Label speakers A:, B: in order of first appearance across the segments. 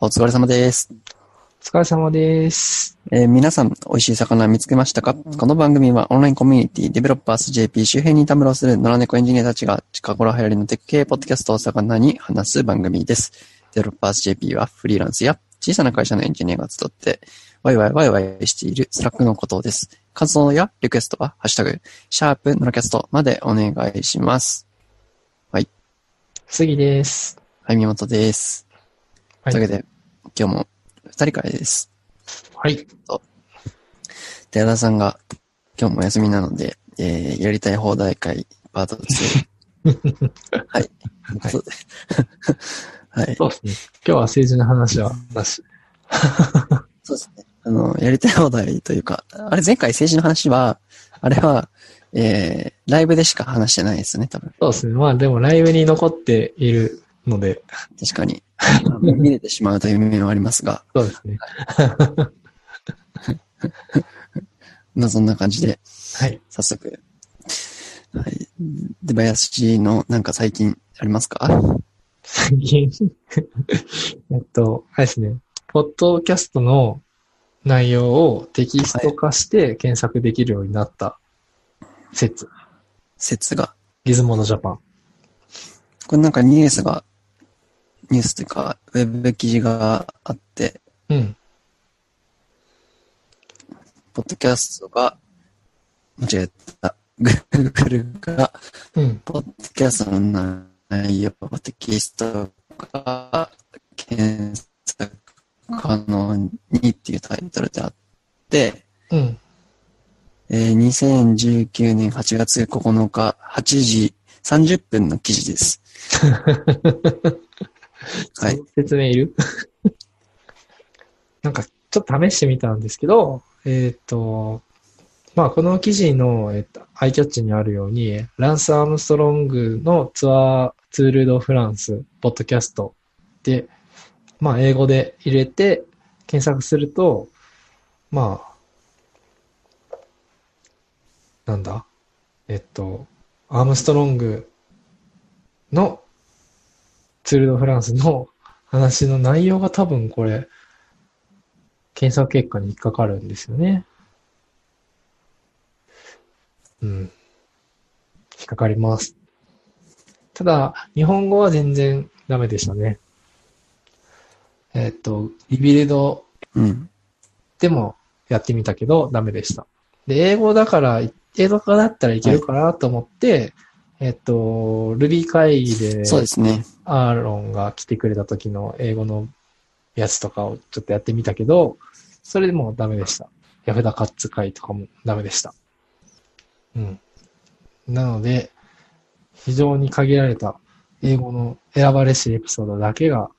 A: お疲れ様です。
B: お疲れ様です。
A: えー皆さん、美味しい魚見つけましたかこの番組はオンラインコミュニティ、デベロッパーズ JP 周辺にたむろする野良猫エンジニアたちが近頃流行りの鉄系ポッドキャストを魚に話す番組です。デベロッパーズ JP はフリーランスや小さな会社のエンジニアが集って、ワイワイワイワイしているスラックのことです。感想やリクエストは、ハッシュタグ、シャープ野良キャストまでお願いします。
B: 杉です。
A: はい、宮本です。
B: はい
A: というわけで、今日も二人会です。
B: はい。
A: 寺田さんが今日もお休みなので、えー、やりたい放題会パート2。はい。
B: はい
A: そう はい。
B: そうですね。今日は政治の話はなし。
A: そうですね。あの、やりたい放題というか、あれ前回政治の話は、あれは、えー、ライブでしか話してないですね、多分。
B: そうですね。まあでもライブに残っているので、
A: 確かに。 あの見れてしまうという面はありますが、
B: そうですね。
A: まあそんな感じで、
B: はい。
A: 早速。はい。で、林のなんか最近ありますか
B: 最近、 えっと、あれですね。ポッドキャストの内容をテキスト化して検索できるようになった説。
A: 説が。
B: ギズモードジャパン。
A: これなんかニュースが、ニュースというか、ウェブ記事があって、
B: うん。
A: ポッドキャストが、間違えた。Google が、
B: うん。
A: ポッドキャストの内容をテキストが検索可能にっていうタイトルであって、
B: うん。
A: えー2019年8月9日8時30分の記事です。はい。
B: 説明いる なんか、ちょっと試してみたんですけど、えっ、と、まあ、この記事の、えっとアイキャッチにあるように、ランス・アームストロングのツアー、ツール・ド・フランス、ポッドキャストで、まあ、英語で入れて検索すると、まあ、なんだ、えっと、アームストロングのツール・ド・フランスの話の内容が多分これ、検索結果に引っかかるんですよね。うん。引っかかります。ただ、日本語は全然ダメでしたね。えっ、と、リビルド
A: うん。
B: でもやってみたけど、ダメでした。で、英語だから、英語だったらいけるかなと思って、えっ、と、Ruby 会議で、
A: そうですね。
B: アーロンが来てくれた時の英語のやつとかをちょっとやってみたけど、それでもダメでした。ヤフダカッツ会とかもダメでした。うん。なので、非常に限られた英語の選ばれしエピソードだけが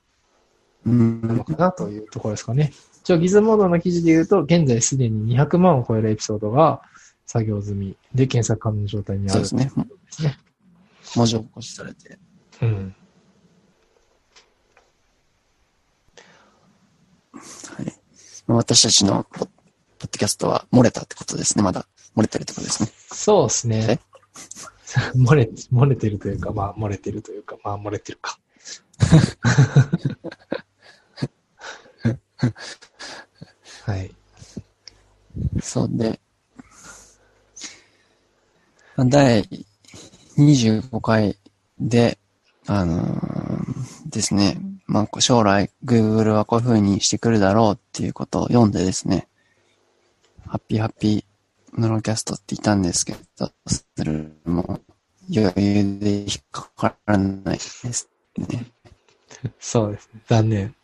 A: う
B: なの
A: ん。
B: かなというところですかね。一応、ギズモードの記事で言うと、現在すでに200万を超えるエピソードが作業済みで検索可能な状態にあ
A: そう
B: る
A: で
B: です
A: すね。
B: ね。
A: 文字起こしされて。
B: うん。
A: はい。まあ私たちのポッポッドキャストは漏れたってことですね。まだ漏れてるってことですね。
B: そうですね。 漏れ、漏れてるというか、まあ漏れてるというか、まあ漏れてるか。はい。
A: そうで、まあ第25回で、あのーですね。まあ、こう将来 Google はこういう風にしてくるだろうっていうことを読んでですね。ハッピーハッピーノロキャストっていたんですけど、それも余裕で引っかからないですね。
B: そうですね。残念。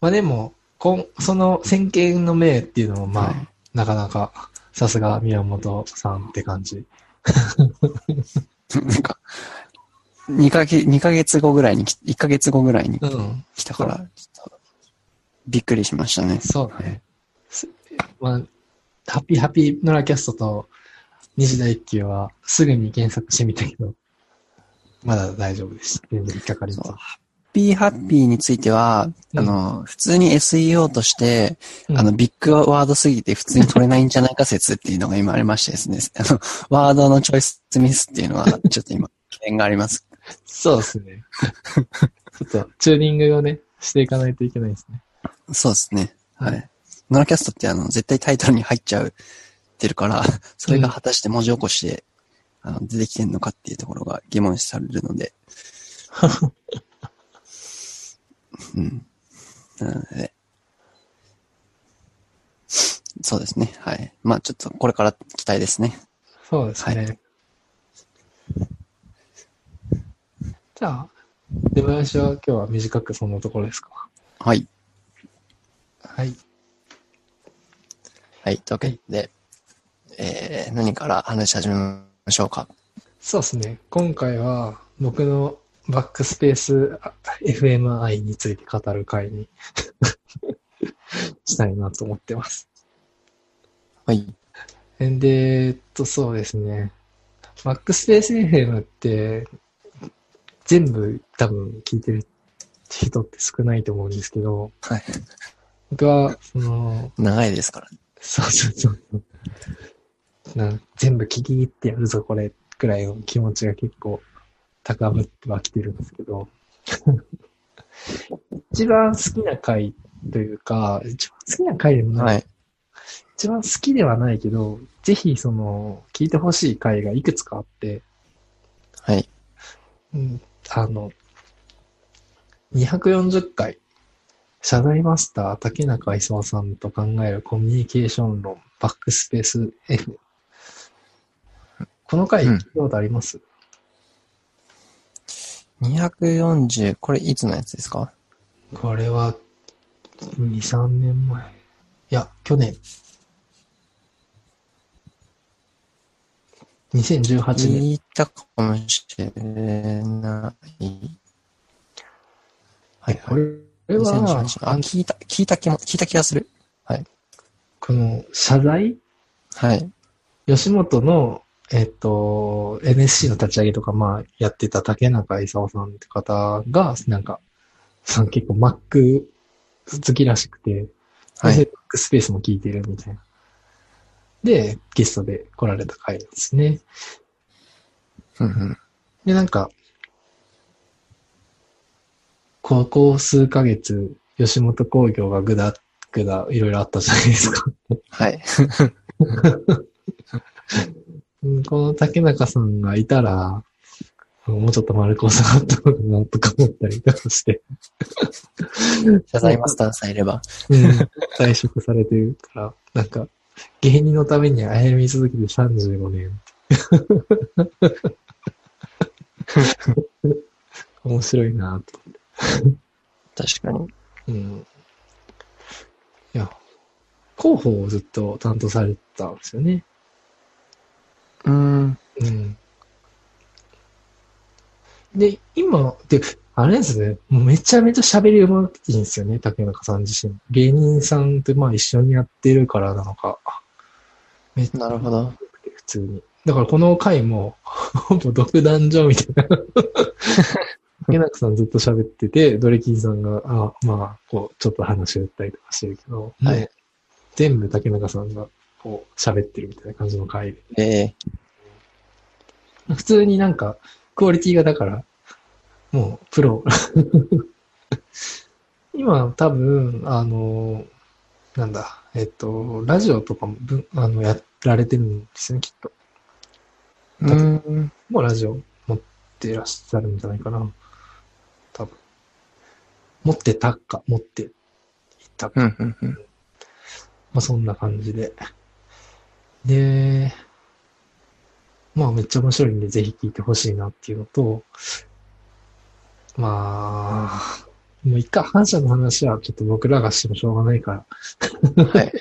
B: まあでも、こんその先見の明っていうのも、まあ、
A: はい
B: なかなか、さすが宮本さんって感じ。
A: なんか、2ヶ月、二ヶ月後ぐらいに来、1ヶ月後ぐらいに
B: うん。
A: 来たから、ちょっと、びっくりしましたね。
B: そうだね。すまあ、ハッピーハッピーノラキャストと西田一休はすぐに検索してみたけど、まだ大丈夫です。全然引っかかりま
A: そ
B: せ
A: うハッピーハッピーについては、
B: うん
A: あの、普通に SEO として、
B: ん。
A: あの、ビッグワードすぎて普通に取れないんじゃないか説っていうのが今ありましてですね、あの、ワードのチョイスミスっていうのは、ちょっと今、懸念があります。
B: そうですね。 ちょっとチューニングをね、していかないといけないですね。
A: そうですね。はい。ノラキャストってあの、絶対タイトルに入っちゃうってるから、 それが果たして文字起こしで、あの、出てきてんのかっていうところが疑問視されるの で。うん。なので、そうですね。はい。まあちょっとこれから期待ですね。
B: そうですね。
A: は
B: じゃあ、出囃子は今日は短くそんなところですか。
A: はい。
B: はい。
A: はい。というわけで、えー、何から話し始めましょうか。
B: そうですね。今回は僕のバックスペースあ FMI について語る会に したいなと思ってます。
A: はい。
B: えんで、えっと、そうですね。バックスペース FM って全部多分聞いてる人って少ないと思うんですけど、
A: はい。
B: 僕は、その、
A: 長いですから。
B: そうそうそうそう。な全部聞き入ってやるぞ、これ、くらいの気持ちが結構高ぶってはきてるんですけど。 一番好きな回というか、一番好きな回でもない、
A: はい。
B: 一番好きではないけど、ぜひその、聞いてほしい回がいくつかあって、
A: はい。
B: うん、あの、240回、社内マスター竹中勲さんと考えるコミュニケーション論、バックスペース F。この回、
A: うん
B: 聞いたことあります、
A: 240、これいつのやつですか
B: これは、2、3年前。いや、去年。2018年。
A: 聞いたかもしれない。はい、
B: こ
A: はい。
B: れは、
A: 2018あ、聞いた、聞いた気も、聞いた気がする。
B: この、謝罪
A: はい。
B: 吉本の、えっと、NSC の立ち上げとか、まあ、やってた竹中勲さんって方が、なんか、さ結構 Mac 好きらしくて、
A: は
B: で
A: い。
B: バックスペースも聞いてるみたいな。で、ゲストで来られた回なんですね。
A: うんうん
B: で、なんか、ここ数ヶ月、吉本興業がぐだぐだいろいろあったじゃないですか。
A: はい。
B: うんこの竹中さんがいたら、もうちょっと丸く収まったのかなとか思ったりとかして、
A: 謝罪マスターさえいれば。
B: 退職されてるから、なんか、芸人のために歩み続けて35年。面白いなと。
A: 確かに。
B: うん。いや、広報をずっと担当されてたんですよね。
A: うん。
B: うん。で、今、で、あれですね、もうめちゃめちゃ喋りうまいんですよね、竹中さん自身。芸人さんとまあ一緒にやってるからなのか、
A: なるほど。
B: 普通に。だからこの回も、 ほぼ独壇場みたいな。 竹中さんずっと喋ってて、ドレキンさんが、あまあ、こう、ちょっと話を言ったりとかしてるけど、
A: はい
B: もう全部竹中さんが、こう、喋ってるみたいな感じの回で。
A: ええ
B: 普通になんか、クオリティがだから、もう、プロ。 今、多分、あの、なんだ、えっと、ラジオとかもぶん、あの、やられてるんですよね、きっと。
A: うん。
B: もうラジオ持ってらっしゃるんじゃないかな。多分。持ってたか、持っていたか。
A: うん、うん、うん。
B: まあそんな感じで。で、まあめっちゃ面白いんでぜひ聞いてほしいなっていうのと、まあ、もう一回反射の話はちょっと僕らがしてもしょうがないから、
A: はい。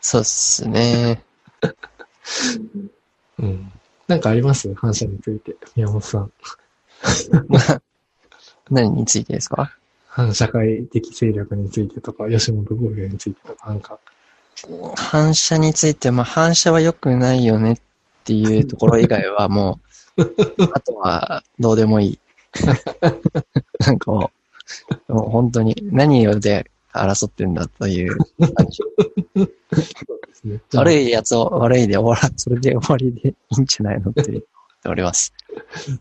A: そうっすね。
B: うん。なんかあります反射について。宮本さん。
A: まあ、何についてですか
B: 反社会的勢力についてとか、吉本興業についてとか、なんか。
A: 反射について、まあ、反射は良くないよねっていうところ以外 はもう、あとはどうでもいい。 なんかもう、もう本当に何をで争ってんだと いう感じ。
B: ですね。
A: 悪
B: い。
A: いやつを悪いで終わら、それで終わりでいいんじゃないのって言っております。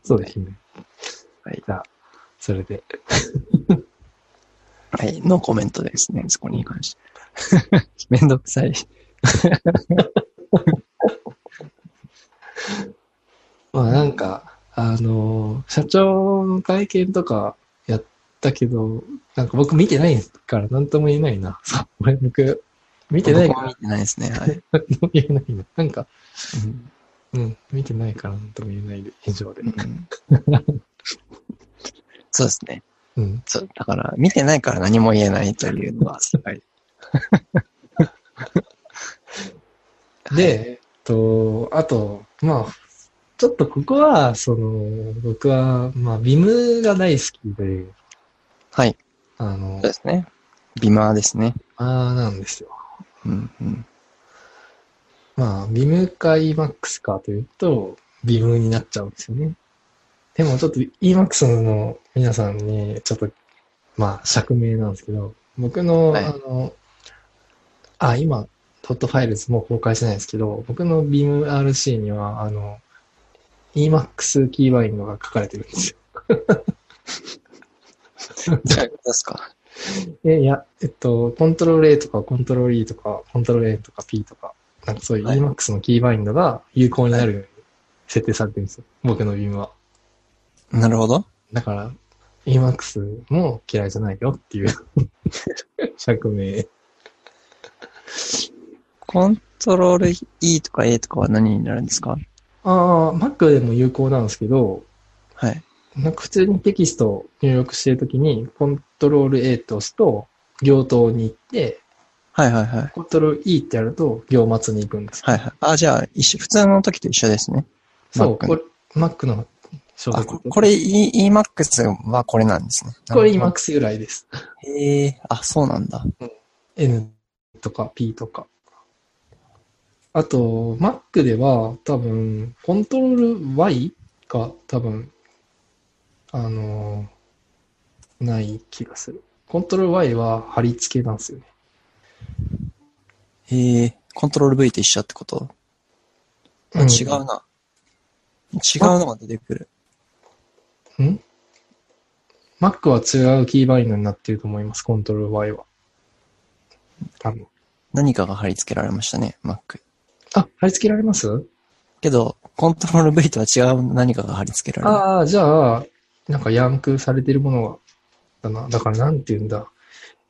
B: そうですね。
A: はい。
B: じゃあ、それで。
A: はい。のコメントですね。そこに関して。 めんどくさい。
B: まあなんか、あのー社長の会見とかやったけど、なんか僕見てないから何とも言えないな。そう、俺僕、見てない
A: 僕
B: か
A: も
B: ら
A: 見てないですね。はい。
B: 何とも言えないな。なんか、
A: うん
B: うん、見てないから何とも言えないで、以上で
A: う。んそうですね。
B: うん。
A: そう。だから、見てないから何も言えないというのは、はい。
B: で、えっと、あと、まあ、ちょっとここは、その、僕は、まあ、ビムが大好きで、
A: はい。
B: あの
A: そう、ですね。ビマーですね。
B: ああなんですよ。
A: うんうん。
B: まあ、ビムか EMAX かというと、ビムになっちゃうんですよね。でもちょっと EMAX の皆さんに、ちょっと、まあ、釈明なんですけど、僕の、
A: はい
B: あの、あ、今、トットファイルズもう公開してないですけど、僕のビム RC には、あの、EMAX キーバインドが書かれてるんですよ。
A: じゃあ、どうですか。
B: えいや、えっと、コントロール A とかコントロール E とか、コントロール M とか P とか、なんかそういう
A: はい
B: EMAX のキーバインドが有効になるように設定されてるんですよ。僕のビームは。
A: なるほど。
B: だから、EMAX も嫌いじゃないよっていう 釈明。
A: コントロール E とか A とかは何になるんですか
B: ああ、Mac でも有効なんですけど、
A: はい。
B: なんか普通にテキストを入力してるときに、コントロール A と押すと、行頭に行って、
A: はいはいはい。
B: コントロール E ってやると、行末に行くんですよ
A: はいはい。あ、じゃあ、一緒、普通の時と一緒ですね。
B: そう、
A: Mac
B: これ、Mac の小
A: あ、
B: 説
A: ここれ E、EMAX はこれなんですね。
B: これ EMAX 由来です。
A: へえ、あ、そうなんだ。
B: N とか P とか。あと、Mac では多分、コントロール Y が多分、あのーない気がする。コントロール Y は貼り付けなんですよね。
A: へえ、コントロール V と一緒ってことあ違うな。違うのが出てくる。
B: うん ?Mac は違うキーバインドになってると思います、コントロール Y は。多分。
A: 何かが貼り付けられましたね、Mac。
B: あ、貼り付けられます
A: けど、コントロール V とは違う何かが貼り付けられる。
B: ああ、じゃあ、なんかヤンクされてるものが、だな。だからなんて言うんだ。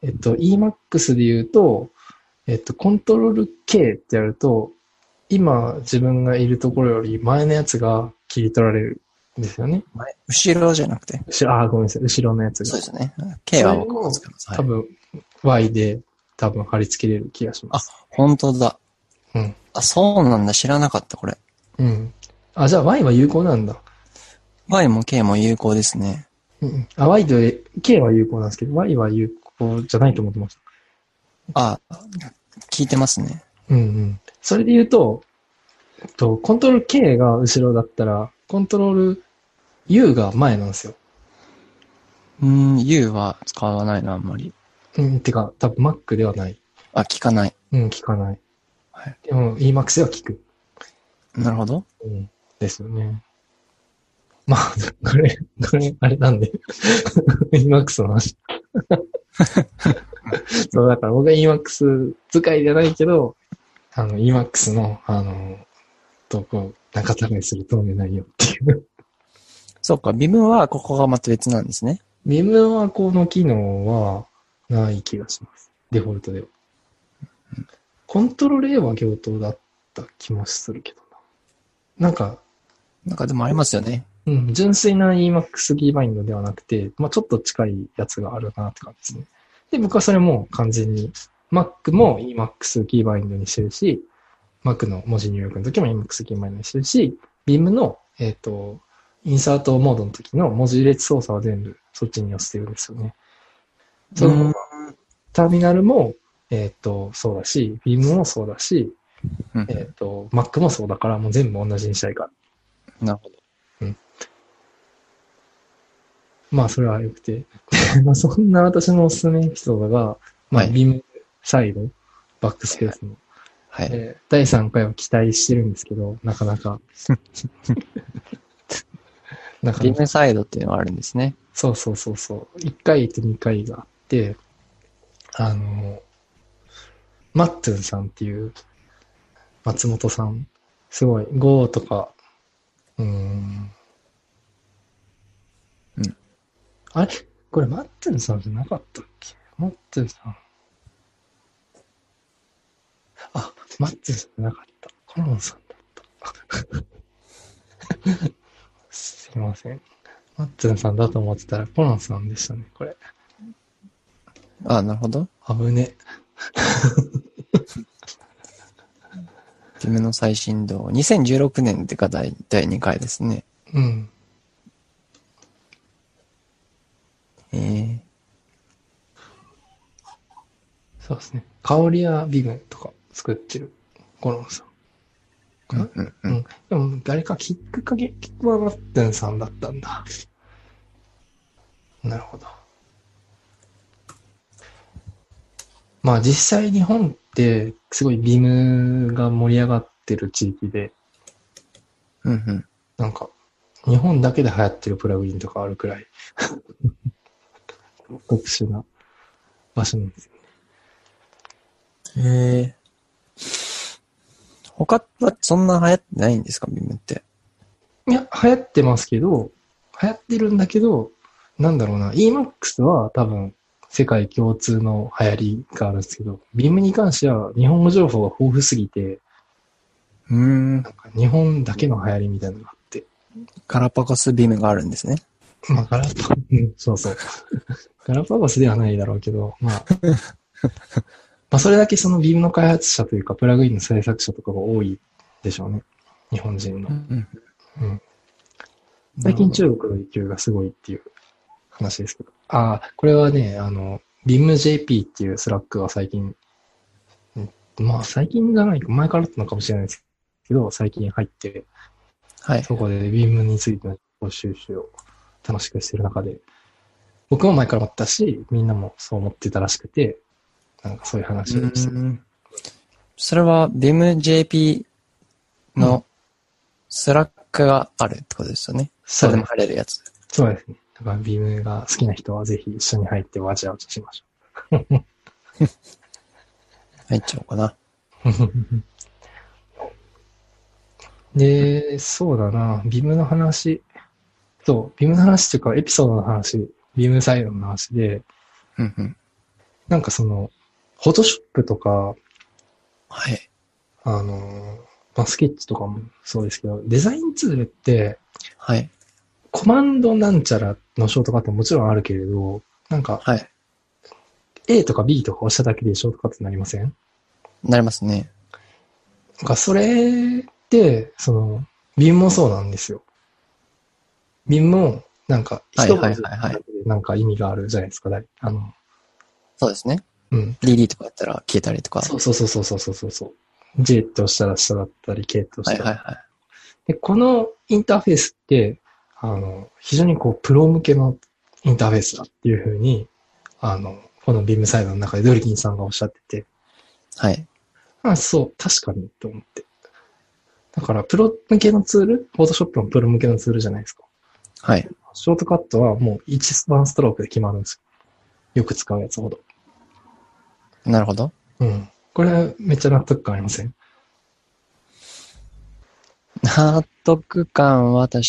B: えっと、Emax で言うと、えっと、コントロール K ってやると、今自分がいるところより前のやつが切り取られるんですよね。
A: 前後ろじゃなくて。
B: 後ろああ、ごめんなさい。後ろのやつ
A: そう
B: が
A: で。すね。K は僕
B: それを
A: も使います。は
B: 多
A: い、
B: 分、Y で多分貼り付けれる気がします。
A: 本当だ。
B: うん。
A: あ、そうなんだ。知らなかった、これ。
B: うん。あ、じゃあ Y は有効なんだ。
A: Y も K も有効ですね。
B: うんうん。あ、Y と K は有効なんですけど、Y は有効じゃないと思ってました。
A: あ、聞いてますね。
B: うんうん。それで言うと、えっと、コントロール K が後ろだったら、コントロール U が前なんですよ。
A: うーん、U は使わないな、あんまり。
B: うん、てか、多分 Mac ではない。
A: あ、聞かない。
B: うん、聞かない。
A: はい。
B: でも Emax では聞く。
A: なるほど。
B: うん。ですよね。まあ、 これ、これ、あれなんで。Emax の話。 そう、だから僕は Emax 使いじゃないけど、あの、Emax の、あの、投稿、仲違いすると寝ないよっていう。
A: そうか、ビムはここがまた別なんですね。
B: ビムはこの機能はない気がします。デフォルトでは。コントロール A は行頭だった気もするけどな。なんか、
A: なんかでもありますよね。
B: うん、純粋な EMAX キーバインドではなくて、まあちょっと近いやつがあるかなって感じですね。で、僕はそれも完全に Mac も EMAX キーバインドにしてるし、Mac の文字入力の時も EMAX キーバインドにしてるし、Vim の、えっ、と、インサートモードの時の文字列操作は全部そっちに寄せてるんですよね。その、
A: うん
B: ターミナルも、えっ、と、そうだし、Vim もそうだし、
A: うん
B: えっ、と、Mac もそうだから、もう全部同じにしたいから。
A: なるほど。
B: まあ、それは良くて。 まあ、そんな私のおすすめエピソードが、ま
A: は
B: あ、
A: い
B: ビームサイド、バックスペースの、
A: はい。
B: えー第3回を期待してるんですけど、な かなか。なか
A: ビ
B: なか
A: ムサイドっていうのがあるんですね。
B: そうそうそうそう。1回と2回があって、あの、マッツンさんっていう、松本さん、すごい、GO とか、うーん。
A: うん。
B: あれこれマッツンさんじゃなかったっけマッツンさん。あ、マッツンさんじゃなかった。コロンさんだった。 すいません。マッツンさんだと思ってたら、コロンさんでしたね、これ。
A: ああ、なるほど。
B: 危ね。
A: キムの最新動。2016年でが第第2回ですね。
B: うん。
A: えー、
B: そうですね。香りやビグンとか作ってる、コロンさん。
A: うんうんうん。
B: でも、誰かきっかけ、キックはマッテンさんだったんだ。なるほど。まあ実際日本ってすごいビムが盛り上がってる地域で、
A: うんうん。
B: なんか日本だけで流行ってるプラグインとかあるくらい特殊な場所なんですよ。
A: へえ。他はそんな流行ってないんですか、ビムって。
B: いや、流行ってますけど、流行ってるんだけど、なんだろうな、EMAX は多分世界共通の流行りがあるんですけど、BIM に関しては日本語情報が豊富すぎて、
A: うーん。
B: なんか日本だけの流行りみたいなのがあって、
A: ガラパゴスビムがあるんですね。
B: まあガラパ、うんそうそう。ガラパゴスではないだろうけど、まあ、まあそれだけその BIM の開発者というか、プラグインの制作者とかが多いでしょうね。日本人の。
A: ん
B: うん。最近中国の勢いがすごいっていう話ですけど。ああ、これはね、あの、BIMJP っていうスラックが最近、うんまあ最近じゃないか、前からあったのかもしれないですけど、最近入って、
A: はい。
B: そこで BIM についての情報収集を楽しくしてる中で、僕も前から思ったし、みんなもそう思ってたらしくて、なんかそういう話をし
A: う
B: て
A: ーんそれは BIMJP のスラックがあるってことですよね。そ
B: そ
A: れ
B: う
A: で
B: で
A: も
B: す
A: 入れるやつ。
B: そうですね。だから BIM が好きな人はぜひ一緒に入ってわちゃわちゃしましょう。
A: 入っちゃおうかな。
B: で、そうだな、ビムの話。そう、ビムの話っていうか、エピソードの話、ビムサイドの話で、
A: うんうん。
B: なんかその、フォトショップとか、
A: はい。
B: あの、まあ、スケッチとかもそうですけど、デザインツールって、
A: はい。
B: コマンドなんちゃらのショートカットももちろんあるけれど、なんか
A: はい。
B: A とか B とか押しただけでショートカットになりません
A: なりますね。
B: なんかそれって、その、ビンもそうなんですよ。ビンも、なんか、
A: はい
B: 一文字
A: はいはいはい
B: だけでなんか意味があるじゃないですか、だいあの、
A: そうですね。
B: うん。
A: DD とかやったら消えたりとか。
B: そうそうそうそうそうそうそうそう。J としたら下だったり、K とし
A: はい
B: たら。
A: はいはい。
B: で、このインターフェースって、あの、非常にこう、プロ向けのインターフェースだっていうふうに、あの、このビームサイドの中でドリキンさんがおっしゃってて、
A: はい。
B: あ、そう、確かにと思って。だから、プロ向けのツール、フォトショップのプロ向けのツールじゃないですか。
A: はい。
B: ショートカットはもう1、ワンストロークで決まるんですよ。よく使うやつほど。
A: なるほど。
B: うん。これ、めっちゃ納得感ありません
A: 納得感は確か、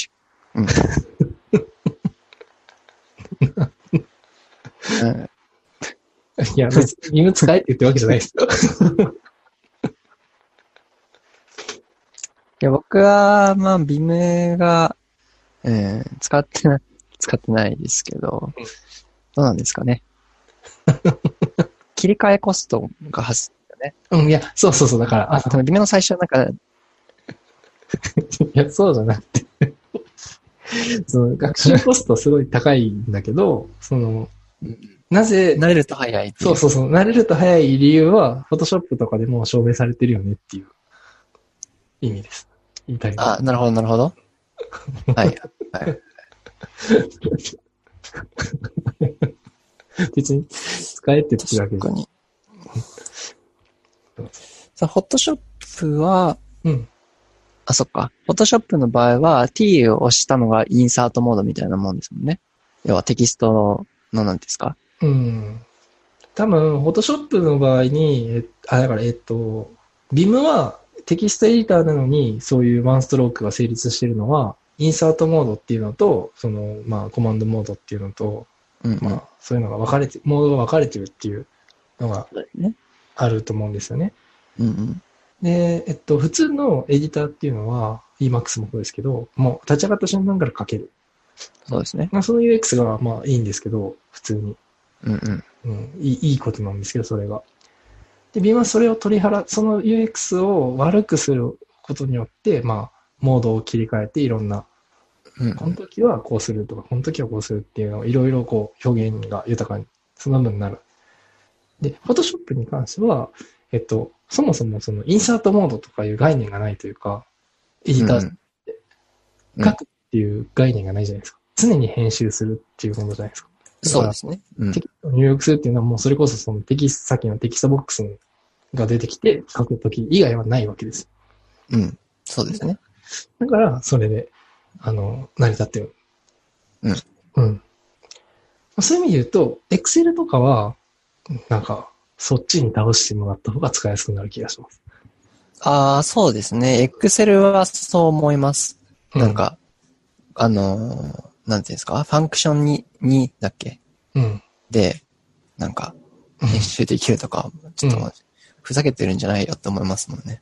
A: うん。うん
B: いや、別に犬使えって言ってるわけじゃないですよ。
A: いや、僕は、まあ、ビムが、うん、使ってな、使ってないですけど
B: うん、
A: どうなんですか ね。切り替えコストが発生。
B: うん、いや、そうそうそう、だから、あ
A: 多分ビムの最初はなんか、
B: いや、そうじゃなくて。 その学習コストすごい高いんだけど、その、なぜ、
A: 慣れると早いってい
B: そうそうそう、慣れると早い理由は、フォトショップとかでもう証明されてるよねっていう意味です。言いたいこと
A: あ、なるほど、なるほど。はい。はい。
B: 別に使えって言ってるわけ
A: 確
B: じゃ
A: か
B: ない。
A: に。さあ、ホットショップは、
B: うん。
A: あ、そっか。フォトショップの場合は T を押したのがインサートモードみたいなもんですもんね。要はテキストの、何ですか
B: うん。多分、フォトショップの場合に、えあ、だから、えっと、ビムはテキストエディターなのに、そういうワンストロークが成立しているのは、インサートモードっていうのと、その、まあ、コマンドモードっていうのと、
A: うん、
B: まあ、そういうのが分かれて、モードが分かれてるっていうのが
A: そうだよね。
B: あると思うんですよね。
A: うんうん。
B: で、えっと、普通のエディターっていうのは、Emacs もそうですけど、もう立ち上がった瞬間から書ける。
A: そうですね。
B: まあ、その UX が、まあ、いいんですけど、普通に。
A: うんうん。
B: うん、いいいいことなんですけど、それが。で、ビームはそれを取り払、その UX を悪くすることによって、まあ、モードを切り替えて、いろんな、
A: うんう
B: この
A: ん、
B: 時はこうするとか、この時はこうするっていうのを、いろいろこう、表現が豊かに、その分になる。で、Photoshop に関しては、えっと、そもそもその、インサートモードとかいう概念がないというか、エディター
A: うん
B: 書くっていう概念がないじゃないですか。常に編集するっていうことじゃないですか。
A: そうですね。うん
B: テキストを入力するっていうのはもうそれこそそのテキスト、さっきのテキストボックスが出てきて書くとき以外はないわけです。
A: うん。そうですね。
B: だから、それで、あの、成り立ってる。
A: うん。
B: うん。そういう意味で言うと、Excel とかは、なんか、そっちに倒してもらった方が使いやすくなる気がします。
A: ああ、そうですね。Excel はそう思います。なん、か、あのーなんていうんですか、ファンクションに、に、だっけ
B: うん。うん。
A: で、なんか、編集できるとか、ちょっと、ふざけてるんじゃないよって思いますもんね。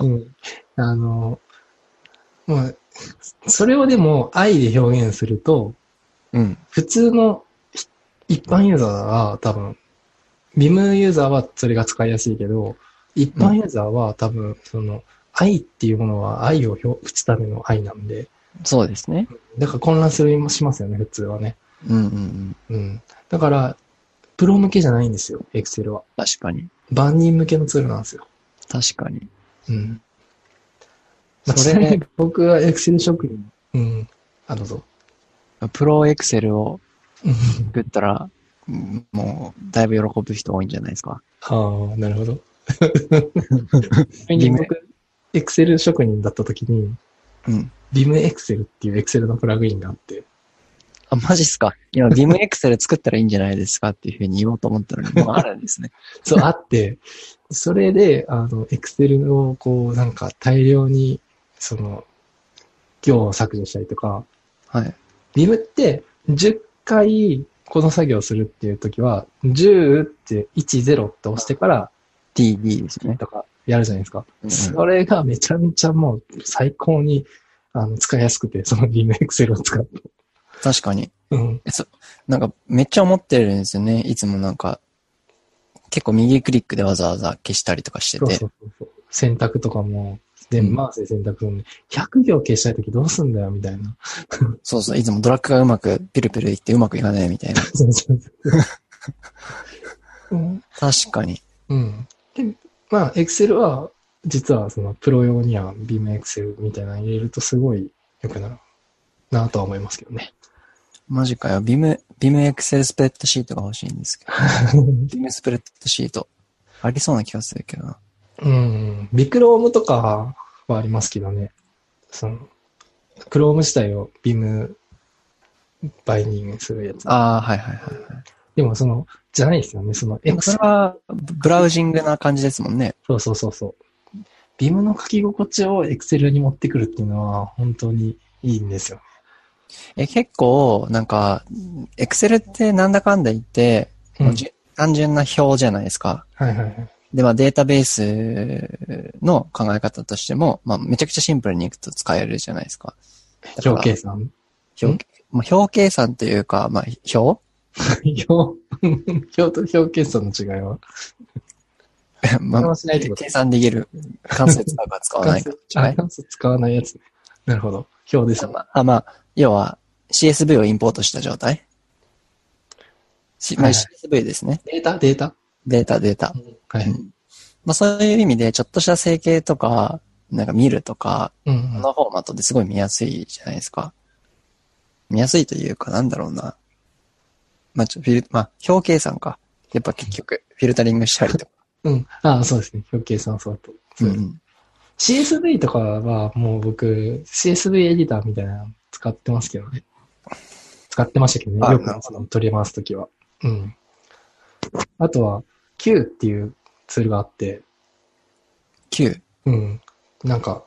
B: うん。あの、まあ、それをでも愛で表現すると、
A: うん。
B: 普通のひ一般ユーザーは多分、ビムユーザーはそれが使いやすいけど、一般ユーザーは多分、その、愛っていうものは愛を表打つための愛なんで、
A: そうですね。
B: だから混乱するもしますよね、普通はね。
A: うんうんうん。
B: うん。だから、プロ向けじゃないんですよ、エクセルは。
A: 確かに。
B: 万人向けのツールなんですよ。
A: 確かに。
B: うん。まあ、
A: そ
B: ち
A: れ
B: なみに僕はエクセル職人。うん。あ、どうぞ。
A: プロ Excel を
B: うん
A: 作ったら、うんもう、だいぶ喜ぶ人多いんじゃないですか。
B: ああ、なるほど。
A: ビム
B: 僕、エクセル職人だった時に、
A: うん。
B: ビムエクセルっていうエクセルのプラグインがあって、
A: あ、マジっすか。今、ビム Excel 作ったらいいんじゃないですかっていうふうに言おうと思ったのに、もうあるんですね。
B: そう、あって、それで、あの、エクセルをこう、なんか大量に、その、行を削除したりとか、
A: はい。
B: ビムって10回この作業するっていう時は、10って10って押してから
A: TD ですね。
B: とかやるじゃないですか。
A: うん
B: それがめちゃめちゃもう最高に、あの、使いやすくて、そのビムエクセルを使って。
A: 確かに。
B: うん。
A: なんか、めっちゃ思ってるんですよね。いつもなんか、結構右クリックでわざわざ消したりとかしてて。
B: そうそうそうそう。選択とかも、で、
A: うん
B: マウスで選択するのに、100行消したいときどうすんだよ、みた いな。
A: そうそう、いつもドラッグがうまく、ピルピルいってうまくいかないみ たいな。
B: そうそうそう。うん。
A: 確かに。
B: うん。で、まあ、エクセルは、実はそのプロ用にはビームエクセルみたいなの入れるとすごい良くなるなとは思いますけどね。
A: マジかよ。ビム、ビムエクセルスプレッドシートが欲しいんですけど。 ビムスプレッドシート。ありそうな気がするけどな。
B: うん。ビクロームとかはありますけどね。その、クローム自体をビームバインディングするやつ。
A: ああ、はいはいはい。
B: でもその、じゃないですよね。その、
A: で
B: エ
A: も
B: クセ
A: そ
B: ル
A: れは、ブラウジングな感じですもんね。
B: そうそうそうそう。ビームの書き心地を Excel に持ってくるっていうのは本当にいいんですよ。
A: え、結構、なんか、エクセルってなんだかんだ言って、もうじゅ単純な表じゃないですか。
B: はいはいはい。
A: で、まあデータベースの考え方としても、まあめちゃくちゃシンプルにいくと使えるじゃないですか。だから
B: 表計算。
A: 表、まあ、表計算というか、まあ表
B: 表、表と表計算の違いは。
A: ま
B: 使
A: あ、
B: わしないってこと
A: 計算できる関数使うか使わ ないか
B: 関数。
A: はい
B: あ関数使わないやつね。なるほど。表ですね。
A: まあ、まあ、要は CSV をインポートした状態。しまあ、
B: はいは
A: CSV ですね。
B: データデータ
A: データ、データ。
B: は
A: う
B: い。
A: んまあ、そういう意味で、ちょっとした整形とか、なんか見るとか、
B: うんう
A: こ
B: ん。
A: のフォーマットですごい見やすいじゃないですか。見やすいというか、なんだろうな。まあ、ちょっとフィル、まあ、表計算か。やっぱ結局、フィルタリングしたりとか。
B: うん。ああ、そうですね。表計算はそうだと。そう
A: う
B: です
A: ん
B: CSV とかはもう僕、CSV エディターみたいなの使ってますけどね。使ってましたけど
A: あ
B: ね。よく
A: なる
B: その取り回すときは。うん。あとは、Q っていうツールがあって、
A: 9。
B: うん。なんか、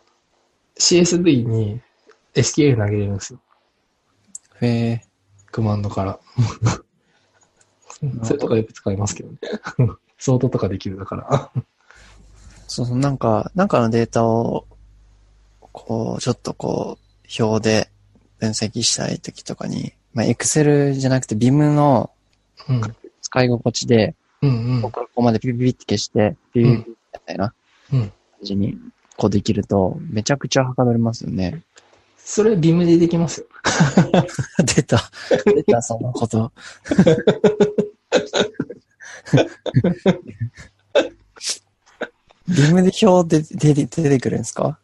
B: CSV に SQL 投げれるんですよ。
A: へえ。
B: コマンドから。それとかよく使いますけどね。相当とかできるだ から。
A: そうそう、なんか、なんかのデータを、こう、ちょっとこう、表で分析したいときとかに、まあ、Excel じゃなくて BIM の
B: うん。
A: 使い心地で、
B: うんうん
A: こ。ここまでピピピって消して、ピピピみたいな
B: うん
A: 感じに、こうできると、めちゃくちゃはかどりますよね。
B: それ、ビムでできますよ。
A: 出た。出た、その こと。ビームで表で出て出てくるんですか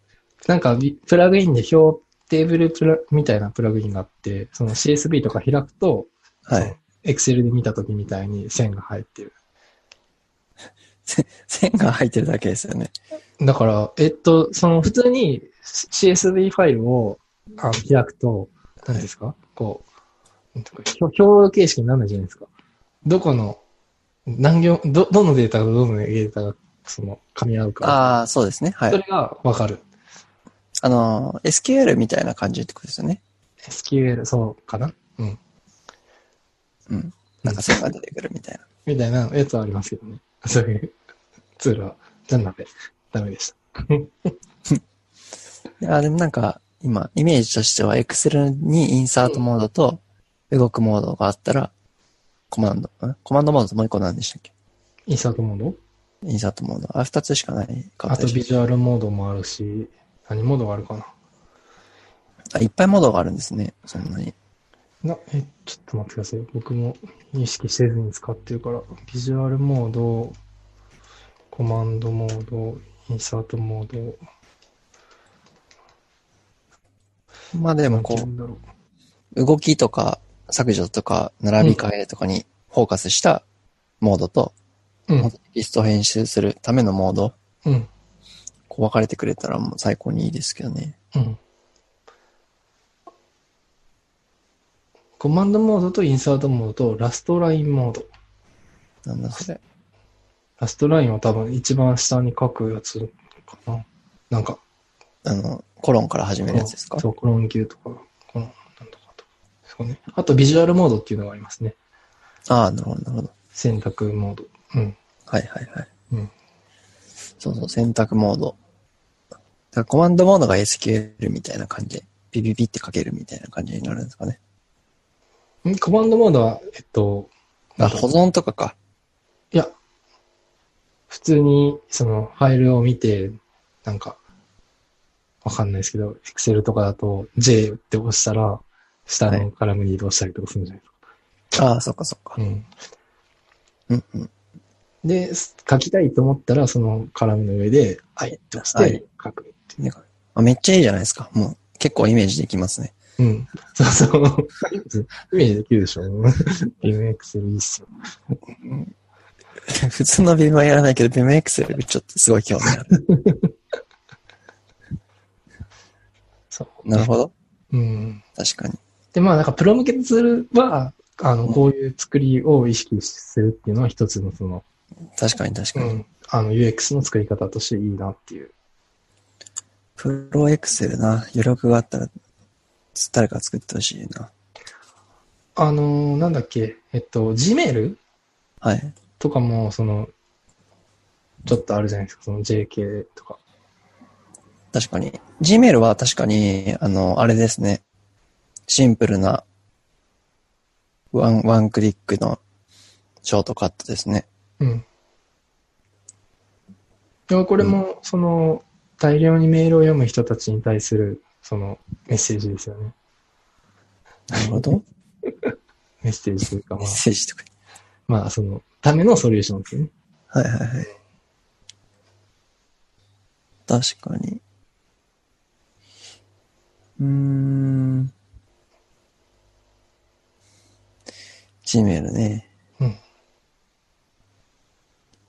B: なんかビ、プラグインで表、テーブルプラみたいなプラグインがあって、その CSV とか開くと、
A: はい。。
B: Excel で見た時みたいに線が入ってる。
A: 線が入ってるだけですよね。
B: だから、えっと、その普通に CSV ファイルをあの開くと、何ですかこう、なんていうか表表形式にならないじゃないですか。どこの、何行、ど、どのデータがどのデータが、その、噛み合うか。
A: ああ、そうですね。は
B: そ
A: い
B: れ。がわかる。
A: あの、SQL みたいな感じってことですよね。
B: SQL、そうかなうん。
A: うん。なんか線が出てくるみたいな。
B: みたいなやつはありますけどね。そういうツールは、残念で、ダメでした。
A: いや、でもなんか、今、イメージとしては、Excel にインサートモードと、動くモードがあったら、コマンド、んコマンドモードともう一個なんでしたっけ
B: インサートモード
A: インサートモード。あ、二つしかないか
B: あ
A: った
B: と
A: で
B: ビ
A: し
B: ジュアルモードもあるし、何モードがあるかな
A: ょあ、いっぱいモードがあるんですね。そんなに。
B: な、え、ちょっと待ってください。僕も認識せずに使ってるから、ビジュアルモード、コマンドモード、インサートモード、
A: まあでも、
B: なんて言
A: こ
B: うんだろう。
A: う、動きとか、削除とか、並び替えとかにフォーカスしたモードと、
B: うん、
A: リストを編集するためのモード、
B: うん、
A: こう分かれてくれたらもう最高にいいですけどね。
B: うん。コマンドモードとインサートモードとラストラインモード。
A: なんだそれ。
B: ラストラインは多分一番下に書くやつかな。なんか、
A: あの、コロンから始めるやつですか
B: そう、コロン級とか、この、なんとかとか。そうね。あと、ビジュアルモードっていうのがありますね。
A: ああ、なるほど、なるほど。
B: 選択モード。うん。
A: はいはいはい。
B: うん
A: そうそう、選択モード。だからコマンドモードが SQL みたいな感じで、ピピピって書けるみたいな感じになるんですかね。
B: んコマンドモードは、えっと、
A: あ、保存とかか。
B: いや、普通に、その、ファイルを見て、なんか、わかんないですけど、Excel とかだと、J って押したら、下
A: は
B: のカラムに移動したりとかするんじゃないです
A: ああ、そっかそっか
B: か。。うん。
A: うんうん。
B: で、書きたいと思ったら、そのカラムの上で、はいって押し
A: はい
B: て、書くっていう。
A: なんかあめっちゃいいじゃないですか。もう結構イメージできますね。
B: うん。 そうそう。イメージできるでしょ。ビムエクセルいいっすよ。
A: 普通のビ i はやらないけど、ビ i エクセルちょっとすごい興味あ る。
B: そう。
A: なるほど。
B: うん。
A: 確かに。
B: で、まあ、なんかプロ向けのツールは、あの、こういう作りを意識するっていうのは一つのその、
A: 確かに確
B: う
A: かに。
B: ん。あの、UX の作り方としていいなっていう。
A: プロエクセルな、余力があったら、誰か作ってほしいな。
B: あのーなんだっけ、えっと、Gmail
A: はい。
B: とかも、その、ちょっとあるじゃないですか、その JK とか。
A: 確かに。Gmail は確かに、あの、あれですね。シンプルな、ワン、ワンクリックのショートカットですね。
B: うん。でもこれも、その、大量にメールを読む人たちに対する、その、メッセージですよね。
A: なるほど。
B: メッセージというか、ま
A: メ
B: あ
A: ッ、セージとか。
B: まあ、その、ためのソリューションですよね。
A: はいはいはい。確かに。うーん。Gmail ね。
B: うん。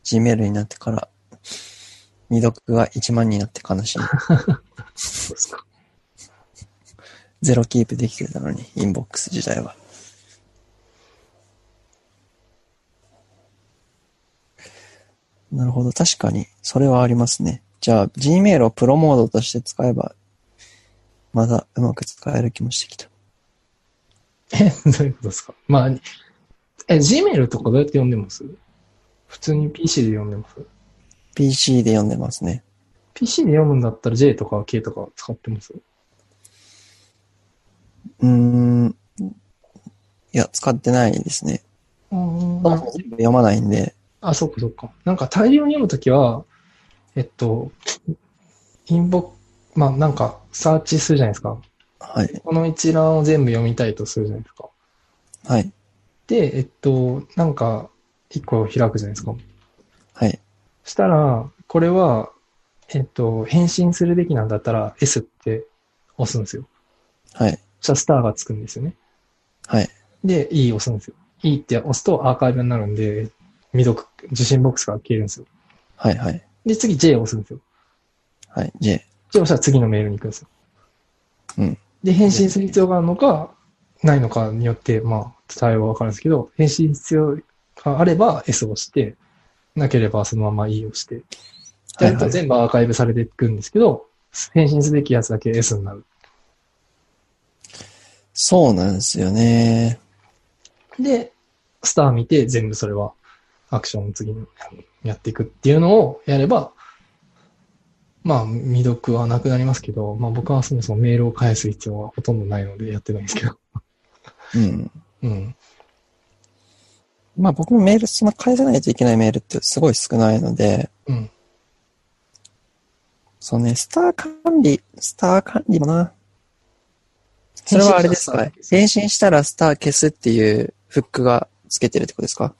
A: Gmail になってから、未読は1万になって悲し い。
B: そうですか。
A: ゼロキープできてたのに、インボックス自体は。なるほど。確かに、それはありますね。じゃあ、Gmail をプロモードとして使えば、まだうまく使える気もしてきた。
B: え、どういうことですかまあ、え、Gmail とかどうやって読んでます普通に PC で読んでます
A: PC で読んでますね。
B: ?PC で読むんだったら J とか K とか使ってます
A: うーん。いや、使ってないですね。そもそ
B: あ
A: も全部読まないんで、
B: あ、そっかそっか。なんか大量に読むときは、えっと、インボ、まあなんかサーチするじゃないですか。
A: はい。
B: この一覧を全部読みたいとするじゃないですか。
A: はい。
B: で、えっと、なんか一個開くじゃないですか。
A: はい。
B: したら、これは、えっと、返信するべきなんだったら S って押すんですよ。
A: はい。
B: そしたらスターがつくんですよね。
A: はい。
B: で、E を押すんですよ。E って押すとアーカイブになるんで、未読、受信ボックスが消えるんですよ。
A: はい。はい。
B: で、次 J を押すんですよ。
A: はい。J。
B: J を押したら次のメールに行くんですよ。
A: うん。
B: で、返信する必要があるのか、ないのかによって、まあ、対応はわかるんですけど、返信必要があれば S を押して、なければそのまま E を押して、
A: は
B: や
A: い
B: る
A: は
B: と
A: い。
B: 全部アーカイブされていくんですけど、返信すべきやつだけ S になる。
A: そうなんですよね。
B: で、スター見て全部それはアクションを次にやっていくっていうのをやれば、まあ、未読はなくなりますけど、まあ僕はそもそもメールを返す必要はほとんどないのでやってないんですけど。
A: うん。
B: うん。
A: まあ僕もメール、そんな返さないといけないメールってすごい少ないので、
B: うん。
A: そうね、スター管理、スター管理もな。それはあれですか返信したらスター消すっていうフックがつけてるってことですか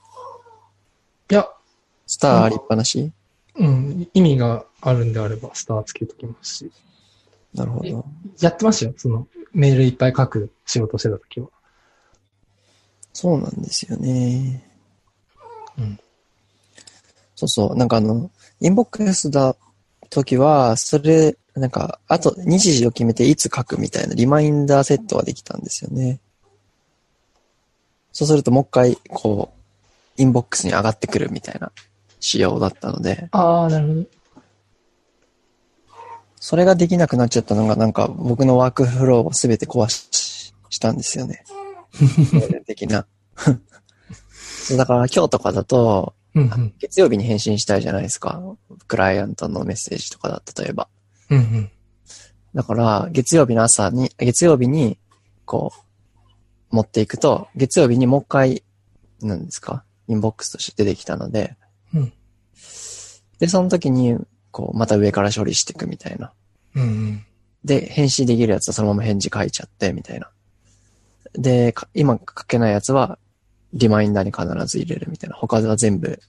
B: いや、
A: スターありっぱなし
B: うん、意味があるんであればスターつけときますし。
A: なるほど。
B: やってましたよ、そのメールいっぱい書く仕事してた時は。
A: そうなんですよね。
B: うん。
A: そうそう。なんかあの、インボックスだ時は、それ、なんか、あと日時を決めていつ書くみたいなリマインダーセットができたんですよね。そうするともう一回、こう、インボックスに上がってくるみたいな仕様だったので、
B: ああ、なるほど。
A: それができなくなっちゃったのが、なんか僕のワークフローを全て壊ししたんですよ ね。能力的な。 そうだから今日とかだと、
B: うん、うん、
A: 月曜日に返信したいじゃないですか。クライアントのメッセージとかだ、例えば。
B: うん、うん。
A: だから、月曜日の朝に、月曜日に、こう、持っていくと、月曜日にもう一回、なんですか、インボックスとして出てきたので、
B: うん
A: で、その時に、こう、また上から処理していくみたいな。
B: うん、うん。
A: で、返信できるやつはそのまま返事書いちゃって、みたいな。で、か今書けないやつは、リマインダーに必ず入れるみたいな。他は全部、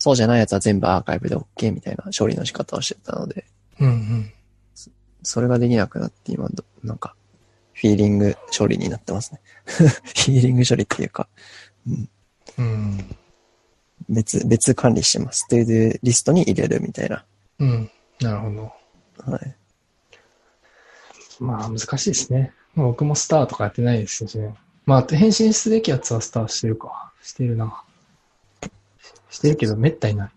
A: そうじゃないやつは全部アーカイブで OK みたいな処理の仕方をしてたので、
B: うん、うん。
A: それができなくなって今ど、なんか、フィーリング処理になってますね。 フィーリング処理っていうか、
B: うん、
A: 別、別管理してます。というリストに入れるみたいな。
B: うん。なるほど。
A: はい。
B: まあ、難しいですね。まあ僕もスターとかやってないですしね。まあ、返信すべきやつはスターしてるか。してるな。ししてるけど、めったにない。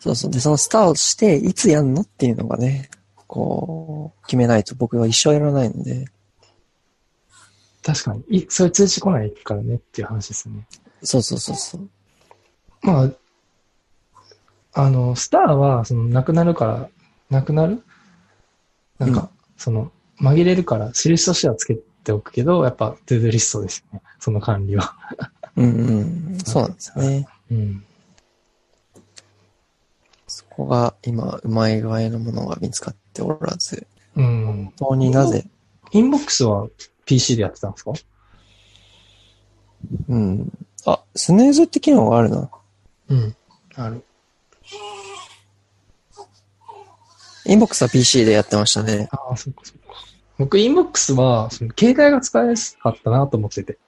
A: そうそう。で、そのスターをして、いつやんのっていうのがね、こう、決めないと僕は一生やらないので、
B: 確かに。い、それ通知来ないからねっていう話ですよね。
A: そうそうそうそう。
B: まあ、あの、スターは、その、なくなるから、なくなるなんか、
A: うん
B: その、紛れるから、印としてはつけておくけど、やっぱ、トゥードゥリストですよね。その管理は。
A: うんうん。そうなんですよね。
B: うん。
A: そこが今、うまい具合のものが見つかっておらず、
B: うん。
A: 本当になぜ、
B: インボックスは PC でやってたんですか
A: うん。あ、スヌーズって機能があるな。
B: うん。ある。
A: インボックスは PC でやってましたね。
B: ああ、そっかそっか。僕、インボックスは、その携帯が使いやすかったなと思ってて。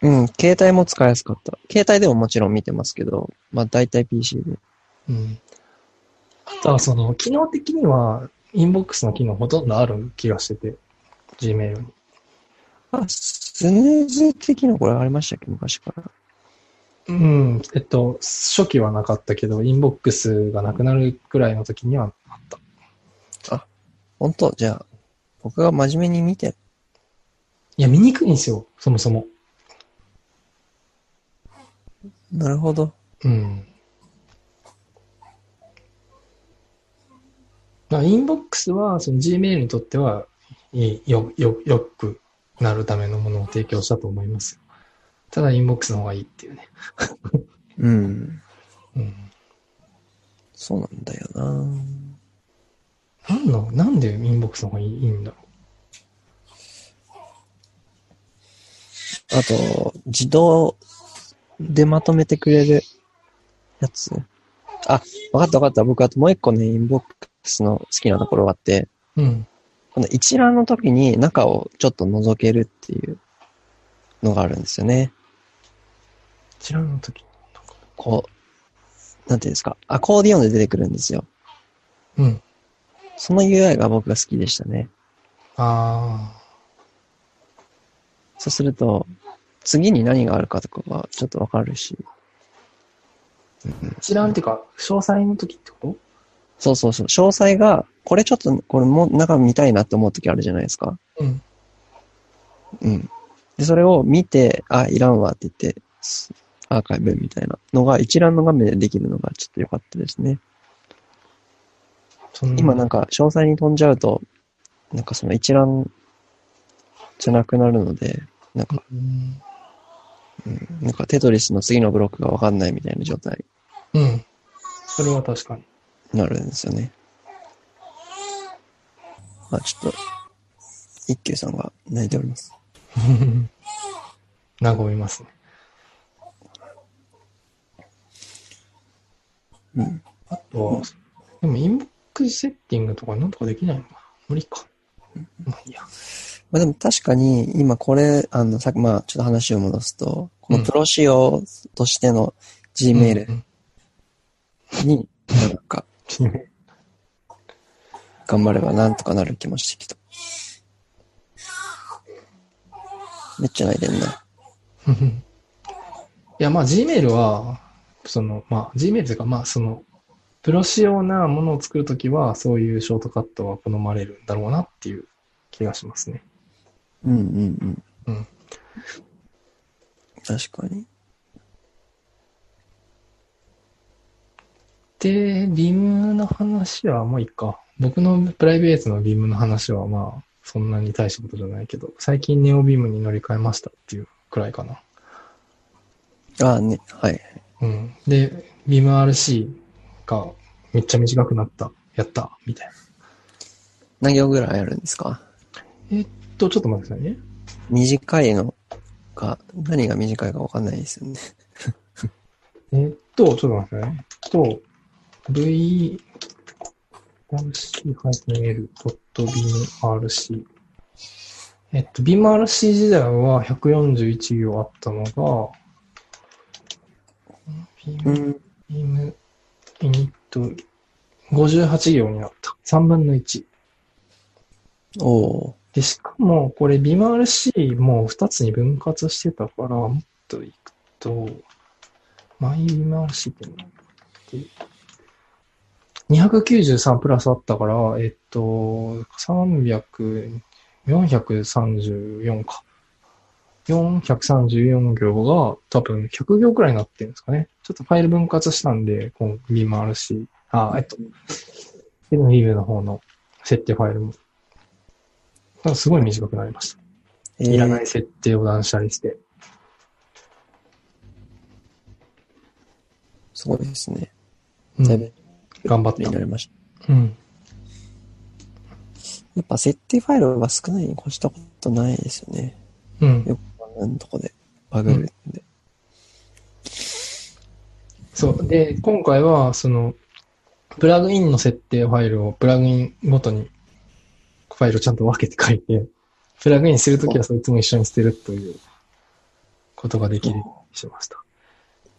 A: うん、携帯も使いやすかった。携帯でももちろん見てますけど、まあ大体 PC で。
B: うん。ただその、機能的には、インボックスの機能ほとんどある気がしてて、Gmail に。
A: あ、スヌーズ的なこれありましたっけ昔から。
B: うん、えっと、初期はなかったけど、インボックスがなくなるくらいの時にはあった。
A: 本当じゃあ、僕が真面目に見て、
B: いや、見にくいんですよ、そもそも。
A: なるほど。
B: うん。だからインボックスは、その Gmail にとっては、いいよ、よ、よくなるためのものを提供したと思いますよ。ただ、インボックスの方がいいっていうね。
A: うん。
B: うん。
A: そうなんだよな
B: なんの、なんでインボックスの方がいいいいんだろ
A: あと、自動でまとめてくれるやつ。あ、わかったわかった。僕あともう一個ね、インボックスの好きなところがあって、
B: う。うん。
A: この一覧の時に中をちょっと覗けるっていうのがあるんですよね。
B: 知らんの時。
A: こう、なんていうんですか。アコーディオンで出てくるんですよ。
B: うん。
A: その UI が僕が好きでしたね。
B: あ
A: そうすると、次に何があるかとかがちょっとわかるし。
B: あ。知らんっていうか、詳細の時ってこと
A: そうそうそう。詳細が、これちょっと、これも中見たいなって思う時あるじゃないですか。
B: うん。
A: うん。で、それを見て、あ、いらんわって言って、すアーカイブみたいなのが一覧の画面でできるのがちょっと良かったですね。
B: そん
A: 今なんか詳細に飛んじゃうと、なんかその一覧じゃなくなるので、なんか、
B: うん。
A: うん、なんかテトリスの次のブロックがわかんないみたいな状態
B: うん。それは確かに。
A: になるんですよね。あ、ちょっと、一休さんが泣いております。
B: 和みますね。
A: うん。
B: あとは、でもインボックスセッティングとかなんとかできないのかな無理か。まあいいや。
A: まあでも確かに、今これ、あの、さっき、まあちょっと話を戻すと、このプロ仕様としての Gmail
B: うん
A: に、なんか、
B: うん。Gmail
A: 頑張ればなんとかなる気もしてきた。めっちゃ泣いてんな。
B: いや、まあ Gmail は、その、まあ Gmail というか、まあその、プロ仕様なものを作るときは、そういうショートカットは好まれるんだろうなっていう気がしますね。
A: うんうんうん。
B: うん。
A: 確かに。
B: で、ビームの話はもういいか。僕のプライベートのビームの話はまあ、そんなに大したことじゃないけど、最近ネオビームに乗り換えましたっていうくらいかな。
A: ああね、はい。
B: うん。で、ビーム RC がめっちゃ短くなった。やった。みたいな。
A: 何行ぐらいあるんですか
B: えっと、ちょっと待ってくださいね。
A: 短いのか、何が短いかわかんないですよね。
B: えっと、ちょっと待ってね。えっと、V、RC-L、ドットビーム RC。えっと、ビーム RC 時代は141行あったのが、ビー
A: う
B: ム、
A: ん。
B: ビーム、イニット、58行になった。3分の1。
A: おお
B: で、しかも、これ、ビーム RC も2つに分割してたから、もっといくと、マイビーム RC ってなんだって293プラスあったから、えっと、300、434か。434行が多分100行くらいになってるんですかね。ちょっとファイル分割したんで、このビーム RC、あ、えっと、ビームの方の設定ファイルもただすごい短くなりました。
A: ー。。
B: いらないい設定を断捨離して。
A: すごいですね。
B: うん
A: だいぶ
B: 頑張っ
A: になりました。
B: た。うん。
A: やっぱ設定ファイルが少ないに越したことないですよね。
B: うん。
A: よく学んとこでバグるんで。
B: そう。で、今回は、その、プラグインの設定ファイルをプラグインごとにファイルをちゃんと分けて書いて、プラグインするときはそいつも一緒に捨てるということができるようにしました。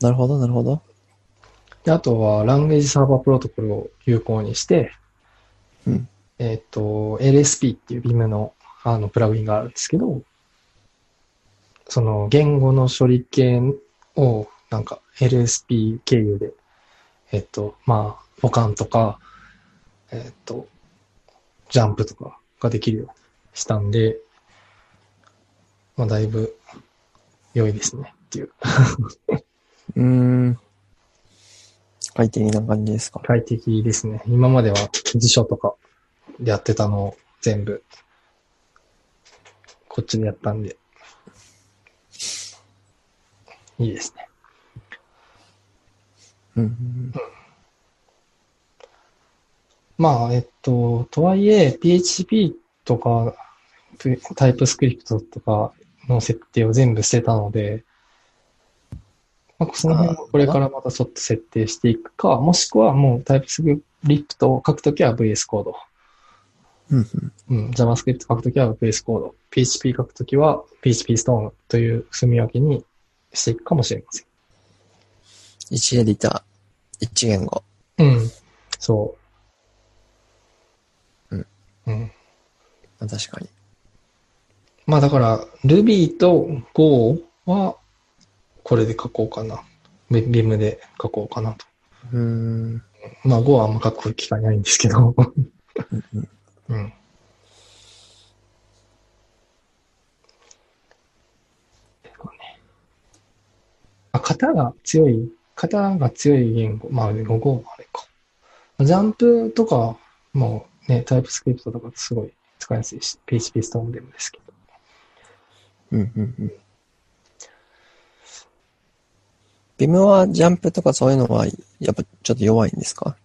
A: なるほど、なるほど。
B: で、あとは、ランゲージサーバープロトコルを有効にして、
A: うん
B: えっ、と、LSP っていう VIM のあのプラグインがあるんですけど、その言語の処理系を、なんか LSP 経由で、えっ、と、まあ、保管とか、えっ、と、ジャンプとかができるようにしたんで、まあ、だいぶ良いですねっていう。
A: うーん。快適な感じですか。
B: 快適ですね。今までは辞書とかでやってたのを全部、こっちでやったんで、いいですね。
A: うん。
B: まあ、えっと、とはいえ、PHP とか、プタイプスクリプトとかの設定を全部捨てたので、まあ、その辺はこれからまたちょっと設定していくか、もしくはもうタイプスクリプトを書くときは VS コード。
A: うん。
B: うん、JavaScript 書くときは VS コード、PHP 書くときは PHP Stone という住み分けにしていくかもしれません。
A: 一エディター、一言語。
B: うん。そう。
A: うん。
B: うん。
A: まあ確かに。
B: まあだから、Ruby と Go は、これで書こうかな。ビ Vim で書こうかなと。
A: うーん。
B: まあ Go はあんま書く機会ないんですけど。うん。あ、型が強い、型が強い言語。まあ、語語もあれか。ジャンプとかもね、タイプスクリプトとかすごい使いやすいし、PHP ストーンでもですけど。
A: うんうんうん。ビムはジャンプとかそういうのは、やっぱちょっと弱いんですか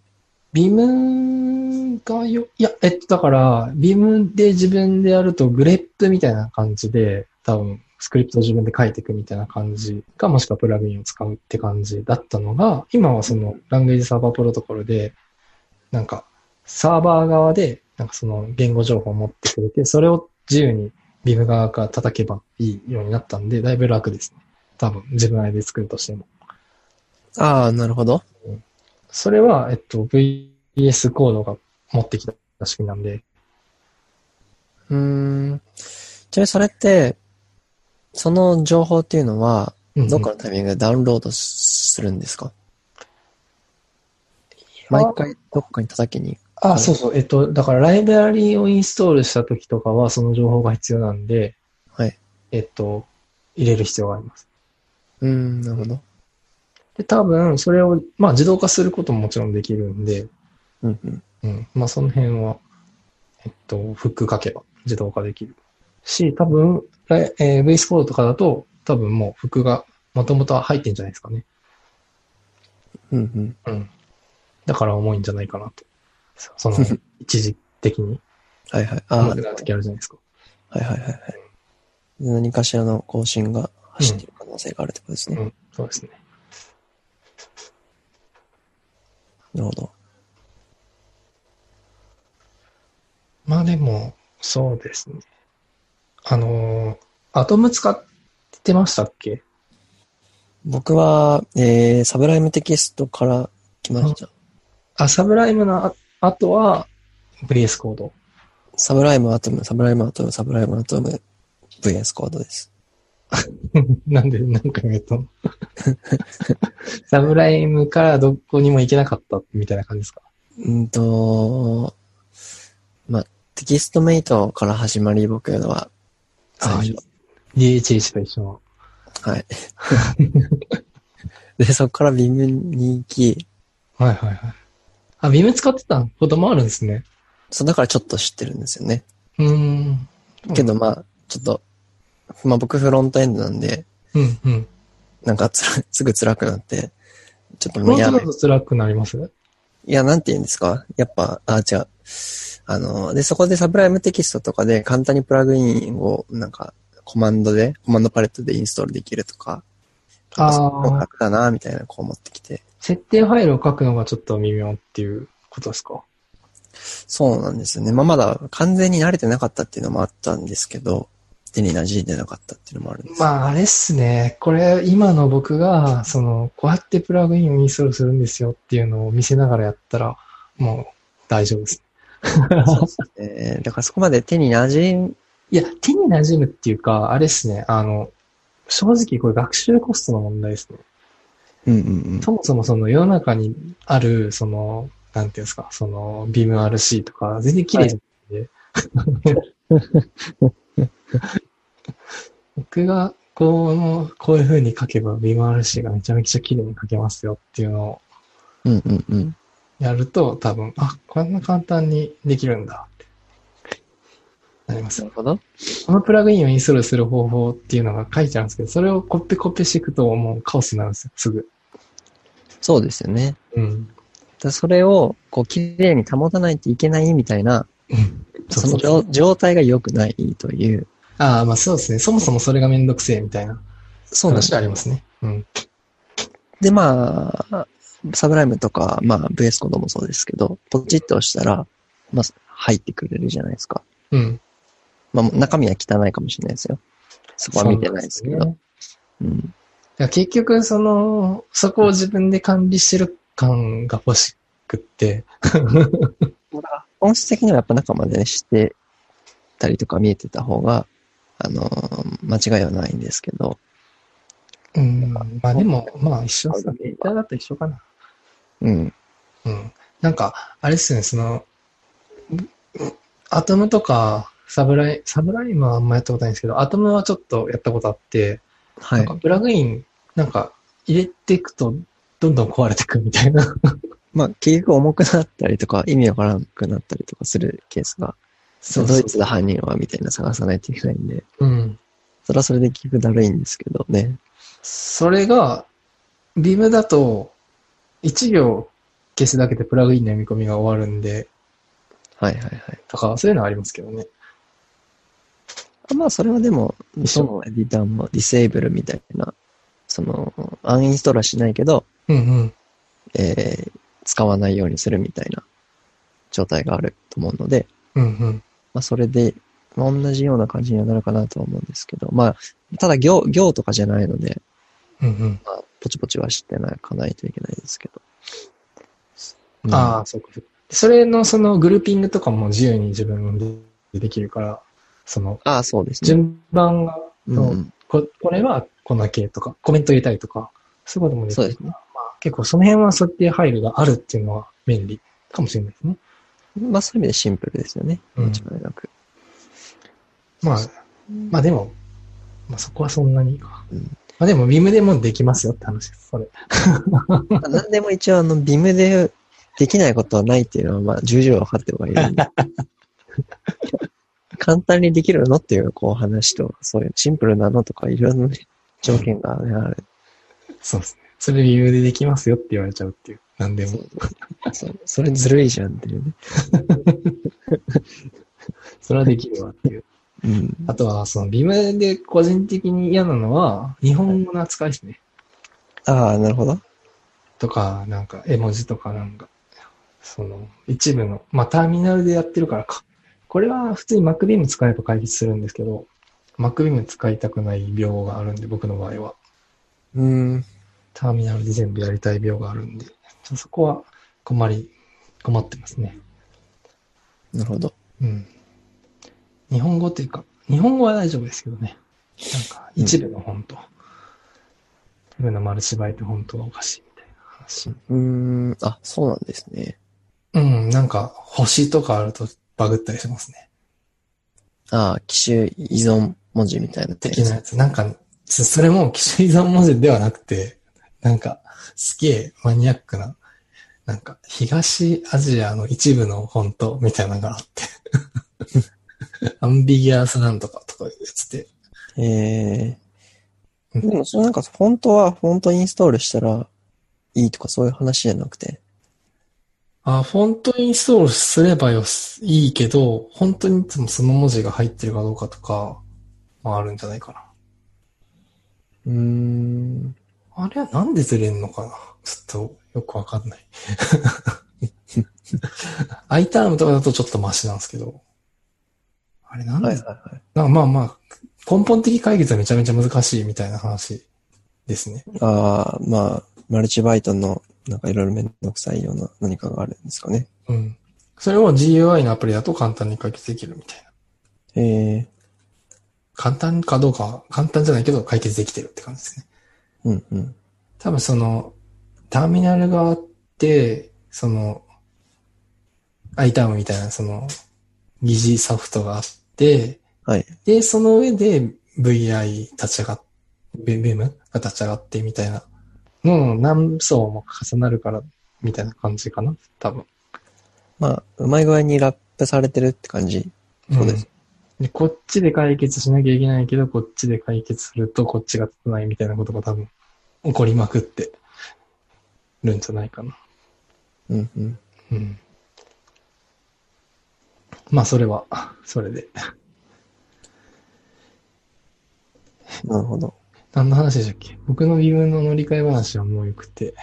B: ビムがよ、いや、えっと、だから、ビムで自分でやるとグレップみたいな感じで、多分、スクリプトを自分で書いていくみたいな感じか、もしくはプラグインを使うって感じだったのが、今はその、ランゲージサーバープロトコルで、なんか、サーバー側で、なんかその言語情報を持ってくれて、それを自由にビム側から叩けばいいようになったんで、だいぶ楽ですね。多分、自分あれで作るとしても。
A: ああ、なるほど。
B: それは、えっと、VS コードが持ってきた仕組みなんで、
A: うーん。ちなみにそれって、その情報っていうのは、
B: うんうん
A: どっかのタイミングでダウンロードするんですか、
B: や
A: 毎回どっかに叩きに行く。
B: あ、そうそう。えっと、だからライブラリをインストールした時とかはその情報が必要なんで、
A: はい。
B: えっと、入れる必要があります。
A: うーん、なるほど。
B: で、多分、それを、まあ自動化することももちろんできるんで、
A: うんうん。
B: うん。まあその辺は、えっと、フック書けば自動化できる。し、多分、ライえー、VS コードとかだと、多分もうフックがもともとは入ってんじゃないですかね。
A: うんうん。
B: うん。だから重いんじゃないかなと。そ その、一時的に。
A: はいはい。ああ、
B: 重
A: は
B: く
A: い
B: なる時あるじゃないですか。
A: はいはいはい。何かしらの更新が走っている可能性があるってことですね。
B: うん。そうですね。
A: なるほど。
B: まあでも、そうですね。あのーアトム使ってましたっけ
A: 僕は、えー、サブライムテキストから来ました。
B: あ、サブライムのあ後は VS コード。
A: サブライムアトム、サブライムアトム、サブライムアトム、VS コードです。
B: なんで、なんか言う と。サブライムからどこにも行けなかったみたいな感じですか
A: うんと、まあ、テキストメイトから始まり、僕は、最初。
B: DHH と一緒の。
A: はい。で、そこからビムに行き、
B: はいはいはい。あ、ビーム使ってたこともあるんですね。
A: そう、だからちょっと知ってるんですよね。
B: うーん。
A: けど、まあ、ちょっと、まあ僕フロントエンドなんで、
B: うんうん。
A: なんかつら、すぐ辛くなって、ちょっとも
B: も
A: う
B: うちょ
A: や
B: っ
A: め
B: と辛くなります
A: いや、なんて言うんですかやっぱ、あ、違う。あの、で、そこでサブライムテキストとかで簡単にプラグインを、なんか、コマンドで、コマンドパレットでインストールできるとか、
B: あー
A: そっちの方が楽だな、みたいな、こう思ってきて。
B: 設定ファイルを書くのがちょっと微妙っていうことですか
A: そうなんですよね。まあ、まだ完全に慣れてなかったっていうのもあったんですけど、手に馴染んでなかったっていうのもあるんです。
B: まあ、あれっすね。これ、今の僕が、その、こうやってプラグインをインストールするんですよっていうのを見せながらやったら、もう、大丈夫 です。
A: そうですね。だからそこまで手に馴染ん、
B: いや、手に馴染むっていうか、あれっすね。あの、正直これ学習コストの問題ですね。
A: うんうん
B: そもそもその世の中にある、その、なんていうんですか、その、ビーム RC とか、全然綺麗じゃないんで。僕が、この、こういう風に書けばビーム RC がめちゃめちゃ綺麗に書けますよっていうのを
A: うん。うんうんうん。
B: やると、多分、あ、こんな簡単にできるんだって、なります
A: な
B: よ。
A: るほど。
B: このプラグインをインストールする方法っていうのが書いてあるんですけど、それをコピコピしていくともうカオスになるんですよ、すぐ。
A: そうですよね。
B: うん。
A: だからそれを、こう、綺麗に保たないといけないみたいな、その状状態が良くないという。
B: ああ、まあそうですね。そもそもそれがめんどくせえみたいな
A: そうなんで
B: 話
A: す
B: がありますね。うん。
A: で、まあ、サブライムとか、まあ、VS コードもそうですけど、ポチッと押したら、まあ、入ってくれるじゃないですか。
B: うん。
A: まあ、中身は汚いかもしれないですよ。そこは見てないですけど。
B: そううんねだから結局、その、そこを自分で管理してる感が欲しくって、
A: 本質的にはやっぱ中までね、知ってたりとか見えてた方が、あのー間違いはないんですけど。
B: うん。まあでも、まあ一緒ですね。データだと一緒かな。
A: うん。
B: うん。なんか、あれですね、その、アトムとか、サブライ、サブライムはあんまやったことないんですけど、アトムはちょっとやったことあって、
A: は
B: なん
A: い
B: か。プラグイン、なんか入れていくと、どんどん壊れていくみたいな。
A: まあ、結局重くなったりとか、意味わからなくなったりとかするケースが、
B: そう
A: ド
B: そう
A: イツだ犯人はみたいな探さないといけないんで、
B: うん。
A: それはそれで結局だるいんですけどね。
B: それが、ビームだと、1行消すだけでプラグインの読み込みが終わるんで、
A: はいはいはい。
B: とか、そういうのはありますけどね。
A: あまあ、それはでも、
B: 一緒
A: どのエディターもディセーブルみたいな、その、アンインストールはしないけど、
B: うんうん。
A: えー使わないようにするみたいな状態があると思うので、
B: うんうん。
A: まあ、それで、まあ、同じような感じにはなるかなとは思うんですけど、まあ、ただ行、行とかじゃないので、
B: うんうん。
A: まあ、ポチポチはしてなかないといけないですけど。うん
B: ああ、そうか。それのそのグルーピングとかも自由に自分でできるから、その
A: ああ、そうですね。
B: 順番が、
A: うんうん
B: ここれはこんだけとか、コメント入れたりとか、そういうこともでき
A: そう
B: る
A: で
B: か
A: す
B: ら、
A: ね。
B: まあ、結構その辺はそうやって配慮があるっていうのは便利かもしれないですね。
A: まあ、そういう意味でシンプルですよね。
B: うん
A: 間違いなく。
B: まあ、まあでも、まあそこはそんなにいいか。
A: うん
B: まあでも、ビームでもできますよって話です、それ。
A: まあ何でも一応、あの、ビムでできないことはないっていうのは、まあ、重々分かってはいるんで。 簡単にできるのっていう、こう、話と、そういうシンプルなのとか、いろんなね条件が、ね、ある。
B: そうですね。それビームでできますよって言われちゃうっていう。なんでも。
A: そそれずるいじゃんっていうね。
B: それはできるわっていう。
A: うん。
B: あとは、その、ビームで個人的に嫌なのは、日本語の扱いですね。
A: ああ、なるほど。
B: とか、なんか、絵文字とかなんか、その、一部の、まあ、ターミナルでやってるからか。これは普通に MacBeam 使えば解決するんですけど、MacBeam 使いたくない病があるんで、僕の場合は。
A: うん。
B: ターミナルで全部やりたい病があるんで、ちょっとそこは困り、困ってますね。
A: なるほど。
B: うん。日本語というか、日本語は大丈夫ですけどね。なんか、一部の本と、一部の丸芝居って本当がおかしいみたいな話。
A: うーん。あ、そうなんですね。
B: うん、なんか、星とかあるとバグったりしますね。
A: ああ、機種依存文字みたいな。
B: 的なやつ。なんか、そそれも、機種依存文字ではなくて、なんか、すげえマニアックな、なんか、東アジアの一部の本当みたいなのがあって。 アンビギュアスなんとかとかいうやつで。
A: ええ
B: うん
A: でも、それなんか、本当は、フォントインストールしたらいいとか、そういう話じゃなくて。
B: あ、フォントインストールすればよす、いいけど、本当にいつもその文字が入ってるかどうかとか、まああるんじゃないかな。
A: うーん。
B: あれはなんでずれんのかなちょっとよくわかんない。 アイタームとかだとちょっとマシなんですけど。あれなんで、
A: はいはいはい。
B: なんかまあまあ、根本的解決はめちゃめちゃ難しいみたいな話ですね。
A: ああ、まあ、マルチバイトの、なんかいろいろめんどくさいような何かがあるんですかね。
B: うん。それを GUI のアプリだと簡単に解決できるみたいな。
A: ええ
B: 簡単かどうかは、簡単じゃないけど解決できてるって感じですね。
A: うんうん。
B: 多分その、ターミナルがあって、その、iTerm みたいな、その、疑似ソフトがあって、
A: はい。
B: で、その上で VI 立ち上がっ、ベベムが立ち上がってみたいな。もう何層も重なるから、みたいな感じかな多分。
A: まあ、うまい具合にラップされてるって感じ。そうです
B: んで、こっちで解決しなきゃいけないけど、こっちで解決するとこっちが立たないみたいなことが多分起こりまくってるんじゃないかな。
A: うんうん。
B: うん。まあ、それは、それで。
A: なるほど。
B: 何の話でしたっけ僕の微分の乗り換え話はもうよくて。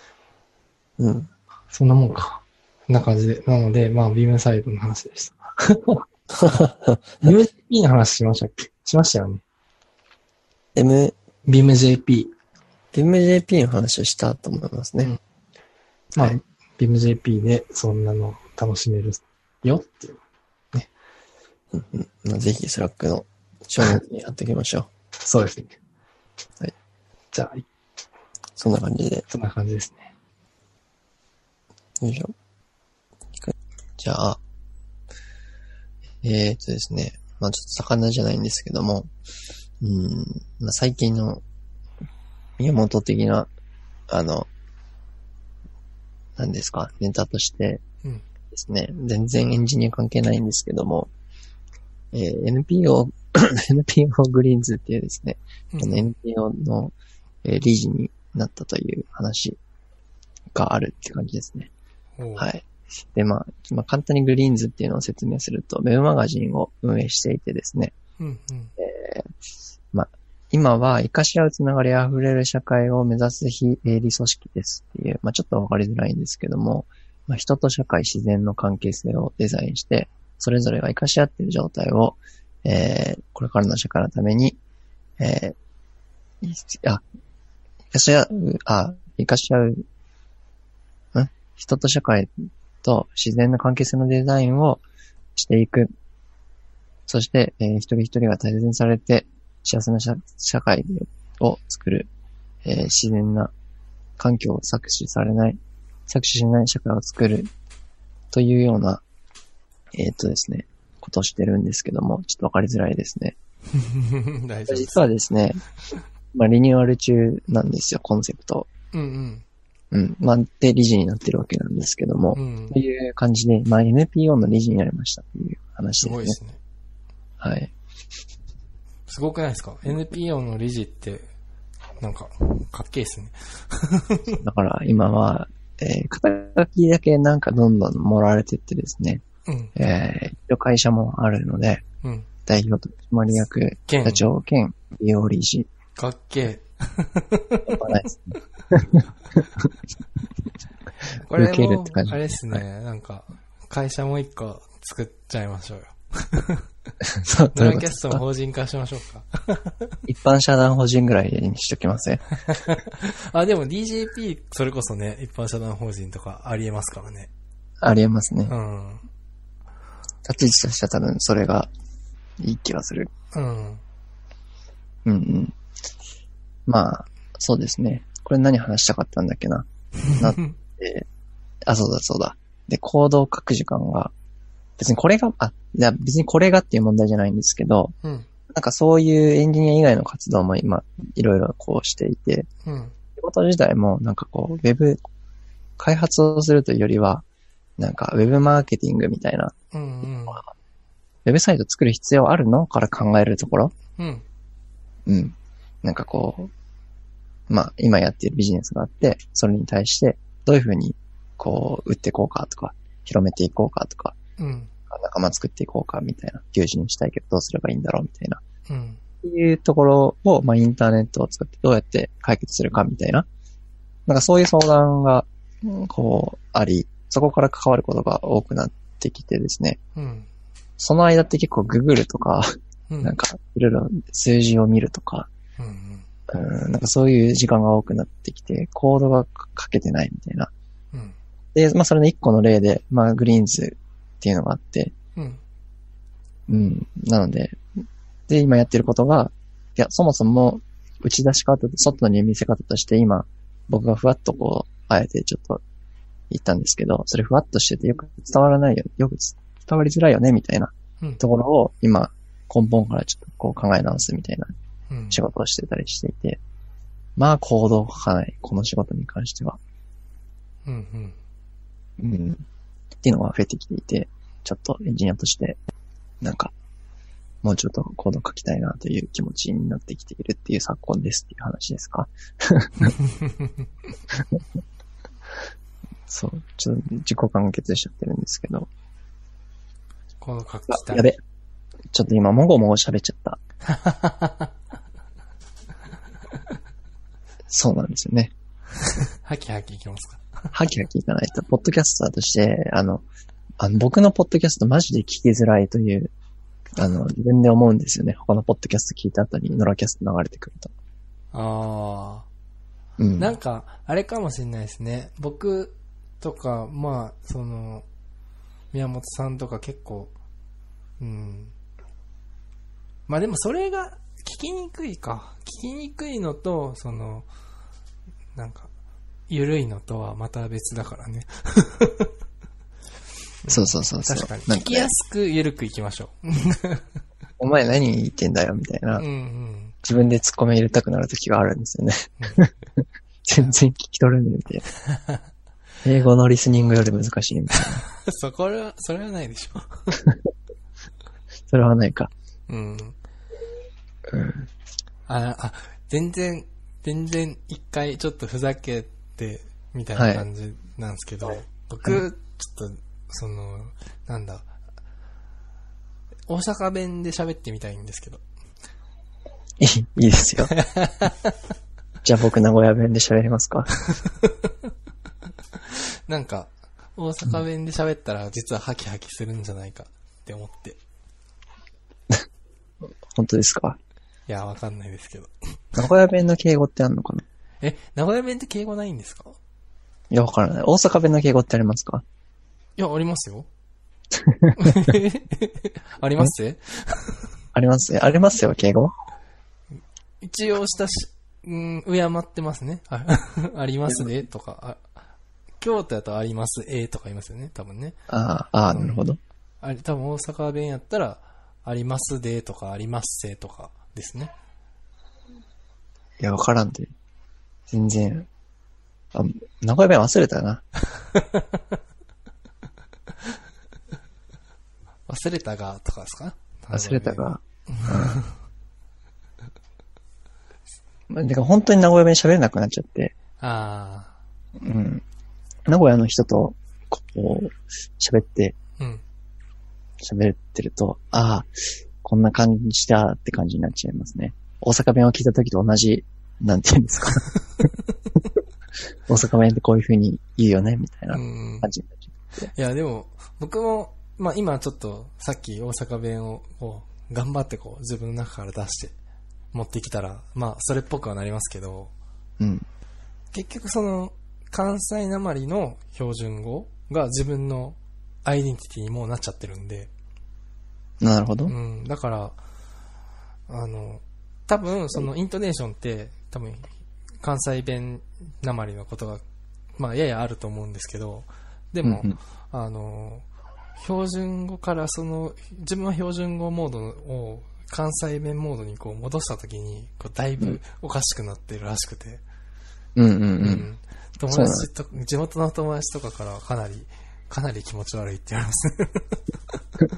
A: うん。
B: そんなもんか。こんな感じで。なので、まあ、ビームサイドの話でした。ビーム JP の話しましたっけしましたよね。
A: M、
B: ビーム JP。
A: MJP の話をしたと思いますね。
B: まあ、
A: は
B: ビーム JP でそんなの楽しめるよっていう。
A: うんうんまあぜひ、スラックの商品にやっていきましょう。
B: そうですね。
A: はい。
B: じゃあ、
A: そんな感じで。
B: そんな感じですね。
A: よいしょ。じゃあ、えー、っとですね。まあちょっと魚じゃないんですけども、うん、まあ最近の宮本的な、あの、何ですか、ネタとして
B: うん。
A: ですね、全然エンジニア関係ないんですけども、えー NPO、NPO グリーンズっていうですね、あの NPO のえー理事になったという話があるって感じですね。はいい。で、まあ、まあ、簡単にグリーンズっていうのを説明すると、ウェブマガジンを運営していてですね、
B: うんうん。
A: 今は生かし合うつながりあふれる社会を目指す非営利組織ですっていう、まあ、ちょっとわかりづらいんですけども、まあ、人と社会、自然の関係性をデザインして、それぞれが生かし合っている状態を、えー、これからの社会のために、えー、いあ、生かし合う、あ、生かし合う、ん人と社会と自然の関係性のデザインをしていく。そして、えー一人一人が大切にされて、幸せな社社会を作る、えー自然な環境を搾取されない、搾取しない社会を作るというような、えーっとですね、ことをしてるんですけども、ちょっとわかりづらいですね。
B: 大丈夫です。
A: 実はですね、まあ、リニューアル中なんですよ、コンセプト。
B: うん
A: うん。まあ、で、理事になってるわけなんですけども、
B: うん。うん
A: と。いう感じで、まあ、NPO の理事になりましたっていう話ですね。
B: すね。
A: はい。
B: すごくないですか ?NPO の理事って、なんか、かっけえですね。
A: だから、今は、えー肩書きだけなんかどんどん盛られてってですね、
B: うん。
A: えー、一応会社もあるので、
B: うん。
A: 代表取締役、
B: 兼
A: 社長兼、利用理事、
B: かっけえ。
A: やっぱないですね。
B: これ
A: 受ける
B: も
A: って感じ
B: あれですね、なんか、会社もう一個作っちゃいましょうよ。
A: そう、ど
B: ド
A: うい
B: ラ
A: うこと
B: キ
A: で
B: ャス
A: す
B: トも
A: か
B: 法人化しましょうか。
A: 一般社団法人ぐらいにしときますね。
B: あ、でも DJP、それこそね、一般社団法人とかありえますからね。
A: ありえますね
B: う。ん。
A: 立ち位置としては多分それがいい気がする。
B: うん。
A: うんうん。まあ、そうですね。これ何話したかったんだっけな。なって、あ、そうだそうだ。で、行動を書く時間が、別にこれが、あ、いや別にこれがっていう問題じゃないんですけど、
B: うん。
A: なんかそういうエンジニア以外の活動も今、いろいろこうしていて、
B: うん。
A: 仕事自体もなんかこう、ウェブ、開発をするというよりは、なんかウェブマーケティングみたいな、
B: うん。うん。
A: ウェブサイト作る必要あるのから考えるところ
B: うん。
A: うん。なんかこう、まあ、今やっているビジネスがあって、それに対して、どういうふうに、こう、売っていこうかとか、広めていこうかとか、
B: うん。
A: 仲間作っていこうかみたいな、求人したいけどどうすればいいんだろうみたいな、
B: う
A: っ
B: ん。
A: ていうところを、まあ、インターネットを使ってどうやって解決するかみたいな、なんかそういう相談が、こう、あり、そこから関わることが多くなってきてですね、
B: うん。
A: その間って結構 Google とか、
B: うん。
A: なんか、いろいろ数字を見るとか、
B: うんうん。
A: うん、なんかそういう時間が多くなってきて、コードが書けてないみたいな。
B: うん。
A: で、まあそれの一個の例で、まあグリーンズっていうのがあって、
B: うん。
A: うん。なので、で、今やってることが、いや、そもそも打ち出し方、外に見せ方として今、僕がふわっとこう、あえてちょっと言ったんですけど、それふわっとしててよく伝わらないよ、よく伝わりづらいよね、みたいな
B: うん
A: ところを今、根本からちょっとこう考え直すみたいな
B: うん。
A: 仕事をしてたりしていて、まあ行動を書かない、この仕事に関しては。
B: うん。うん。
A: うん。っていうのが増えてきていて、ちょっとエンジニアとして、なんか、もうちょっとコード書きたいなという気持ちになってきているっていう昨今ですっていう話ですか。そう。ちょっと自己完結しちゃってるんですけど。
B: この書き
A: あ
B: たい。
A: やべ。ちょっと今、もごもご喋っちゃった。そうなんですよね。
B: はきはきいきますか。
A: はきはきいかないと、ポッドキャスターとして、あの、あの僕のポッドキャストマジで聞きづらいという、あの、自分で思うんですよね。他のポッドキャスト聞いた後に、ノラキャスト流れてくると。
B: あ
A: う
B: あ。
A: ん。
B: なんか、あれかもしれないですね。僕とか、まあ、その、宮本さんとか結構、うん。まあでもそれが聞きにくいか。聞きにくいのと、その、なんか、ゆるいのとはまた別だからね。
A: そうそうそうそう。
B: 確かに。
A: なん
B: 聞
A: か
B: き
A: ね
B: やすくゆるくいきましょう。
A: お前何言ってんだよ、みたいな
B: うん。うん。
A: 自分でツッコミ入れたくなる時があるんですよね。 全然聞き取れないみたいな。英語のリスニングより難しいみたいな。
B: そこは、それはないでしょ。
A: それはないか。
B: うん。
A: うん。
B: あ、あ、全然、全然一回ちょっとふざけて、みたいな感じなんですけど、僕、
A: は
B: ちょっと、その、なんだ、大阪弁で喋ってみたいんですけど。
A: いい、いいですよ。じゃあ僕名古屋弁で喋りますか。
B: なんか、大阪弁で喋ったら実はハキハキするんじゃないかって思って。い
A: 本当ですか。
B: や、わかんないですけど。
A: 名古屋弁の敬語ってあんのかな
B: え、名古屋弁って敬語ないんですか
A: いや、わからない。大阪弁の敬語ってありますか
B: いや、ありますよ。 あります
A: ありますありますよ、敬語
B: 一応したし、うん、敬ってますね。あ ありますね、とか。あ京都やとあります、えとか言いますよね、多分ね。
A: ああ、ああ、なるほど。
B: あれ、多分大阪弁やったら、ありますでとか、ありますせとかですね。
A: いや、わからんで。全然。あ、名古屋弁忘れたな。
B: 忘れたが、とかですか
A: 忘れた。が。うんまあ、てか本当に名古屋弁喋れなくなっちゃって。
B: あ
A: うん。名古屋の人と、こう、喋って、
B: あ、うん。
A: 喋ってると、ああ、こんな感じだって感じになっちゃいますね。大阪弁を聞いた時と同じ、なんて言うんです か。大阪弁ってこういう風に言うよね、みたいな
B: うん。
A: 感じになっちゃ
B: いや、でも、僕も、まあ今ちょっと、さっき大阪弁を、こう、頑張ってこう、自分の中から出して、持ってきたら、まあ、それっぽくはなりますけど、
A: う。うん。
B: 結局その、関西なまりの標準語が自分のアイデンティティにもうなっちゃってるんで、
A: なるほど。う。
B: うんん、だから、あの、多分そのイントネーションって、多分関西弁なまりのことが、まあややあると思うんですけど、でも、
A: うん
B: あの、標準語からその、自分は標準語モードを関西弁モードにこう戻した時に、こうだいぶおかしくなってるらしくて、
A: うんうん
B: う
A: うん。
B: ん友達と、地元の友達とかからはかなり、かなり気持ち悪いって言わ れますね。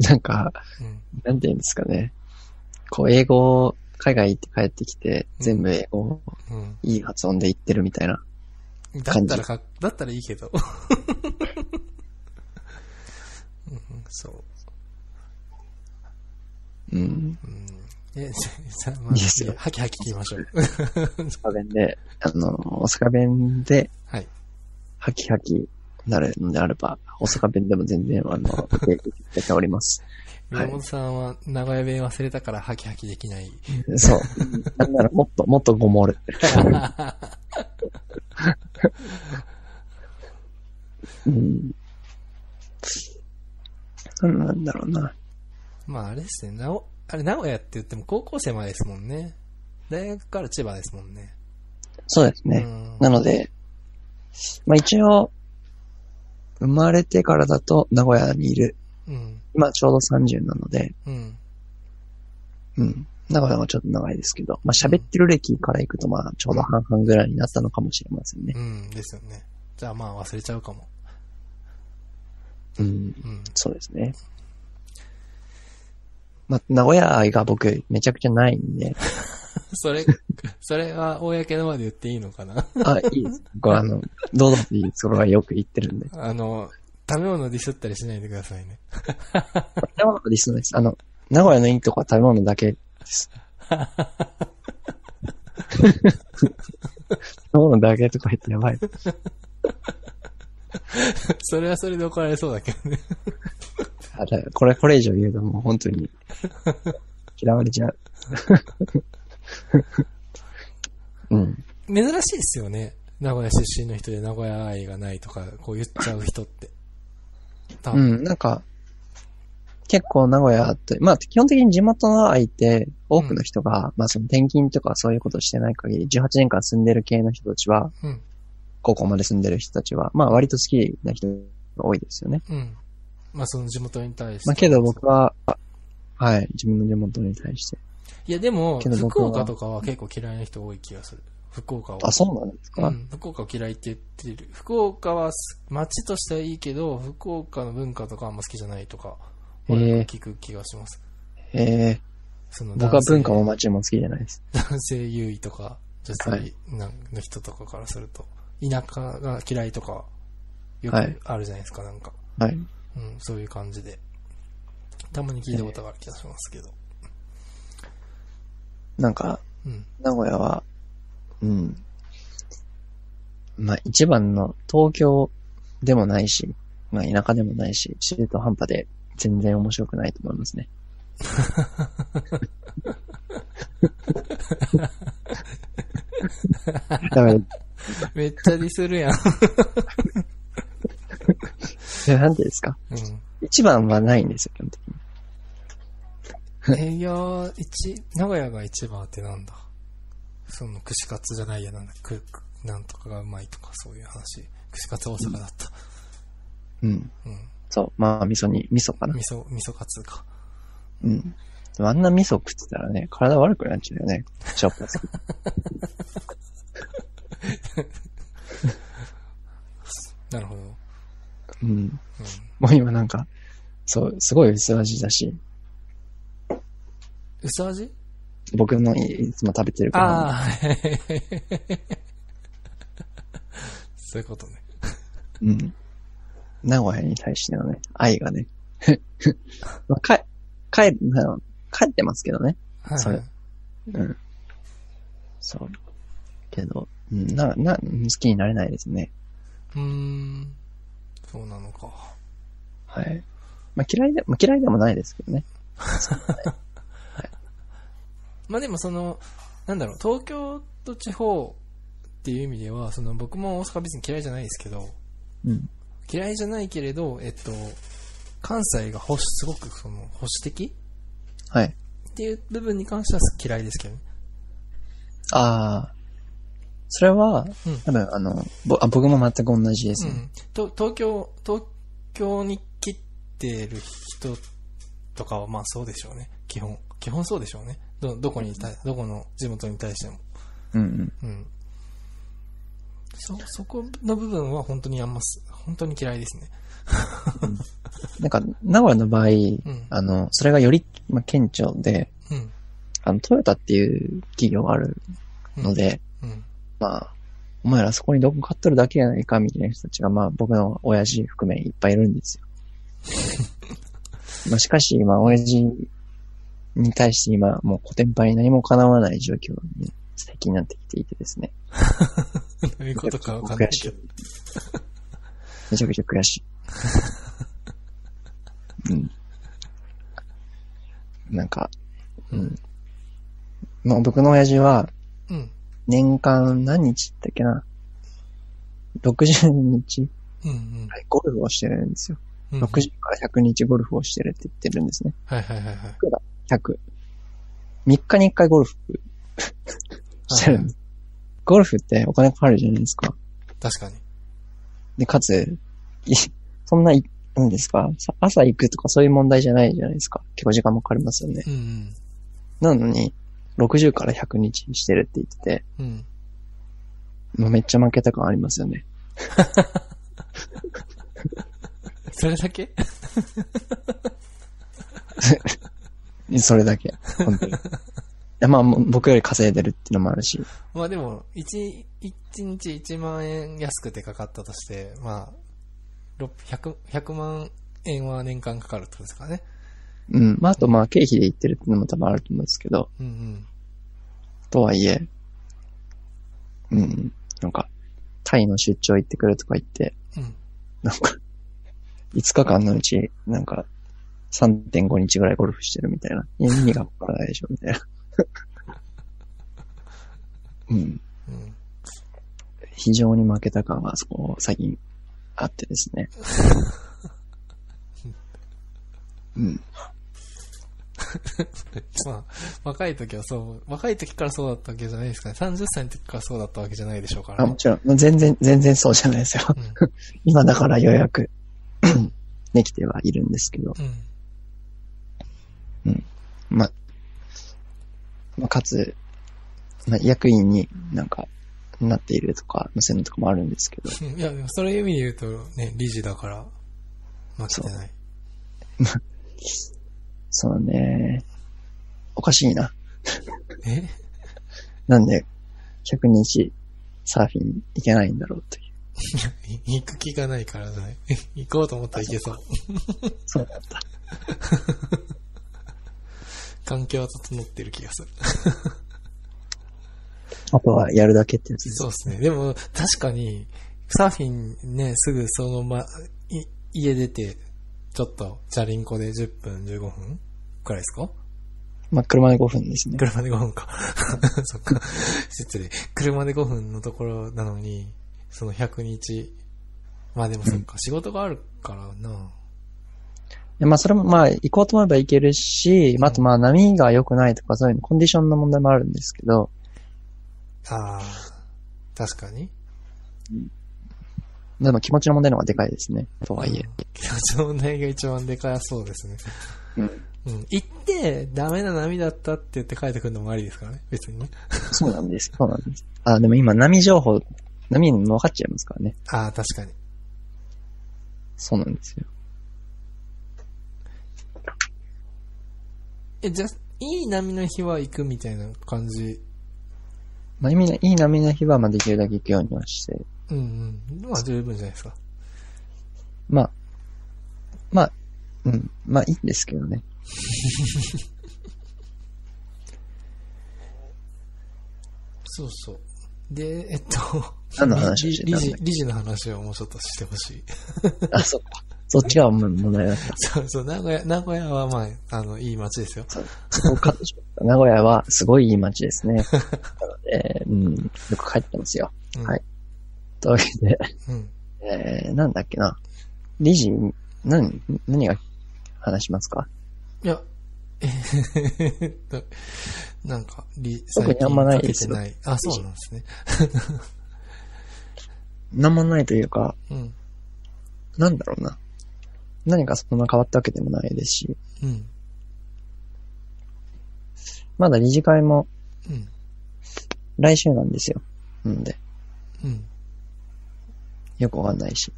A: なんか、
B: うん
A: なんて言うんですかね。こう、英語を海外行って帰ってきて、全部英語をいい発音で言ってるみたいな。
B: うん、だったらか、だったらいいけど。うんうんそ
A: う
B: う。
A: ん。
B: うん、え、じゃあ、ま
A: いいですよ
B: あ、はきはき聞き ましょう。
A: 大阪弁で、あの、大阪弁で、
B: はい。
A: ハキハキなるのであれば、大阪弁でも全然、あの、受け入れており ます。はい
B: 宮本さんは名古屋弁忘れたからハキハキできない。
A: そう。なんならもっと、もっとご もる。うん。なんだろうな。
B: まああれですね、なお、あれ名古屋って言っても高校生までですもんね。大学から千葉ですもんね。
A: そうです
B: う
A: ね。
B: ん
A: なので、まあ一応、生まれてからだと名古屋にいる。
B: うん。
A: 今ちょうど30なので、
B: うん。
A: うん。名古屋はちょっと長いですけど、まあ喋ってる歴から行くとまあちょうど半々ぐらいになったのかもしれませんね
B: う。ん。ですよね。じゃあまあ忘れちゃうかも。
A: うん。
B: うん。
A: そうですね。まあ、名古屋愛が僕めちゃくちゃないんで、
B: それ、 それは公の場で言っていいのかな
A: あ、いいです。僕あの、どうぞっていい、それはよく言ってるんで。
B: あの、食べ物ディスったりしないでくださいね。
A: 食べ物ですです。あの、名古屋のいいとこは食べ物だけです。食べ物だけとか言ってやばい。
B: それはそれで怒られそうだけどね。
A: あだこれ、これ以上言うともう本当に嫌われちゃう。うん。
B: 珍しいですよね。名古屋出身の人で名古屋愛がないとか、こう言っちゃう人って。多
A: う
B: 分。
A: ん、なんか、結構名古屋って、まあ基本的に地元の相手、多くの人が、まあその転勤とかそういうことしてない限り、18年間住んでる系の人たちは、
B: うん。
A: 高校まで住んでる人たちは、まあ割と好きな人が多いですよね。
B: うん。まあその地元に対して。
A: まあけど僕は、あはい、自分の地元に対して。
B: いやでも、
A: けど僕
B: 福
A: は
B: 岡とかは結構嫌いな人多い気がする。福岡は。
A: あ、そうなんですか、
B: うん、福岡嫌いって言ってる。福岡はす街としてはいいけど、福岡の文化とかあんま好きじゃないとか、
A: へー
B: 俺聞く気がします。
A: え
B: その
A: ー、僕は
B: 男性
A: 文化も街も好きじゃないです。
B: 男性優位とか、女
A: はい
B: 性なんの人とかからすると、田舎が嫌いとか、よ
A: はい
B: くあるじゃないですか、なんか。
A: はい。
B: うん、そういう感じで。たまに聞いたことがある気がしますけど。
A: なんか、
B: うん。
A: 名古屋は、うん。まあ一番の東京でもないし、まあ田舎でもないし、中途半端で全然面白くないと思いますね。だから、
B: めっちゃディスるやん。
A: えなんてですか
B: う
A: 一番はないんですよ、基本的に。
B: ん。え、いやー、一、名古屋が一番ってなんだ。その、串カツじゃないや、なんだ、く、くなんとかがうまいとか、そういう話。串カツ大阪だった。
A: うん。
B: うん。
A: そう。まあ、味噌に、味噌かな
B: 味。噌、味噌カツか。
A: うん。でもあんな味噌食ってたらね、体悪くなっちゃうよね。ショップですけど
B: なるほど。うん。
A: うん。もう今なんか、そう、すごい薄味だし、
B: 薄味
A: 僕のいいつも食べてるから、
B: ああ、そういうことね。
A: うん。名古屋に対してのね、愛がね、 まあ、帰、帰、あの帰ってますけどね。
B: はい、
A: それうん。そう。けど、うん、な、な、好きになれないですね。
B: うーん。そうなのか。
A: はい。まあ嫌いで、まあ嫌いでもないですけどね。
B: まあでもその、なんだろう、東京と地方っていう意味では、その僕も大阪別に嫌いじゃないですけど、
A: うん。
B: 嫌いじゃないけれど、えっと、関西が保守、すごくその保守的
A: はい。
B: っていう部分に関しては嫌いですけどね。
A: ああ。それは
B: うん、
A: 多分、あの、ぼあ僕も全く同じで
B: う
A: す、ね
B: ん。と東京、東京に来てる人とかはまあそうでしょうね。基本。基本そうでしょうね。ど、どこにいた、どこの地元に対しても。
A: うん。うん
B: うん。そ、そこの部分は本当にあんます、本当に嫌いですね。
A: なんか、名古屋の場合、
B: うん。
A: あの、それがより、まあ、顕著で、
B: うん。
A: あの、トヨタっていう企業があるので、
B: うん。
A: まあ、お前らそこにどこ買っとるだけやないか、みたいな人たちが、まあ、僕の親父含めいっぱいいるん ですよ。まあ、しかし、今、親父に対して今、もう古典版に何も叶わない状況に最近なってきていてですね。
B: どういうことかわかんない
A: 悔し
B: け
A: い
B: ど。。
A: めちゃくちゃ悔 しい。うん。なんか、うん。まあ僕の親父は、
B: うん。
A: 年間何日だっけな。60日
B: うんうん
A: はいゴルフをしてるんですよ。
B: うん。
A: 60から100日ゴルフをしてるって言ってるんですね。
B: はいはいはいはい。
A: 100。3日に1回ゴルフしてるんです。ゴルフってお金かかるじゃないですか。
B: 確かに。
A: で、かつ、いそんな、いなんですか、さ朝行くとかそういう問題じゃないじゃないですか。結構時間もかかりますよね。
B: うん
A: なのに、60から100日してるって言ってて、
B: うん。うん。
A: もうめっちゃ負けた感ありますよね。
B: それだけ
A: それだけ。本 当に。でまあ、もう僕より稼いでるっていうのもあるし、
B: まあでも、一、一日1万円安くてかかったとして、まあ、100、100万円は年間かかるってことですからね。
A: うん。まあ、あと、まあ、経費で行ってるっていうのも多分あると思うんですけど、
B: うんうん。
A: とはいえ、うん。なんか、タイの出張行ってくるとか言って、
B: うん。
A: なんか、5日間のうち、なんか、3.5日ぐらいゴルフしてるみたいな。意味がわからないでしょ、みたいな。 うん。
B: うん。
A: 非常に負けた感が、そこ、最近、あってです ね。うん。
B: まあ、若い時はそう、若い時からそうだったわけじゃないですかね。30歳の時からそうだったわけじゃないでしょうか
A: あ、
B: ら
A: も
B: ね。
A: ちろん、全然、全然そうじゃないですよ。
B: うん。
A: 今だからようやく できてはいるんですけど、
B: うん。
A: まあ、まあ、かつ、まあ、役員になんか、なっているとか、無線のとかもあるんですけど、
B: うんいや、でもそういう意味で言うとね、理事だから、負けてない。
A: そのね、おかしいな。
B: え
A: なんで、100日サーフィン行けないんだろうという。
B: い行く気がないからじゃない。 行こうと思ったら行けそう。
A: そうだった。
B: 環境は整ってる気がする。
A: あとはやるだけってやつです
B: そう。ですね。でも、確かに、サーフィンね、すぐそのま、い家出て、ちょっと、チャリンコで10分、15分くらいですか
A: まあ、車で5分ですね。
B: 車で5分か。 そっか。失礼。車で5分のところなのに、その100日。まあでもそっか、仕事があるからな。
A: でまあ、それもまあ、行こうと思えば行けるし、まああとまあ、波が良くないとか、そういうのコンディションの問題もあるんですけど、
B: ああ、確かに。
A: でも気持ちの問題の方がでかいですね。とはいえ。
B: うん。 気持ちの問題が一番でかそうですね。
A: うん。
B: うん。行って、ダメな波だったって言って帰ってくるのもありですからね。別にね。
A: そうなんです。そうなんです。あ、でも今波情報、波に分かっちゃいますからね。
B: ああ、確かに。
A: そうなんですよ。
B: え、じゃあ、いい波の日は行くみたいな感じ。
A: まあ、意味ないいい波の日は、まあ、できるだけ行くようにはして、
B: うんうん。まあ十分じゃないですか。
A: まあ、まあ、うん、まあ、いいんですけどね。
B: そうそう。で、えっと、
A: 何の話を
B: 理
A: して
B: 理
A: たん
B: 事
A: だっ、
B: 理事の話をもうちょっとしてほしい。
A: けあ、そっか。そっちがもう問題だった。
B: そうそう、名古屋、名古屋はまあ、あの、いい街ですよ。
A: そこカットしようか名古屋はすごいいい街です ね。なので、うん、よく帰ってますよ。
B: うん、
A: はい。というわけで、
B: うん。
A: えー、なんだっけな。理事、何、何が話しますか
B: いや、えーっと、 なんか、り、
A: 特にあんまない
B: 最
A: で
B: 近
A: す
B: かけて
A: よ
B: ない。あ、そうなんですね。
A: なんもないというか、
B: うん。
A: なんだろうな。何かそんな変わったわけでもないですし、
B: うん。
A: まだ理事会も
B: うん。
A: 来週なんですよ。なので、
B: うん。
A: よくわかんないし。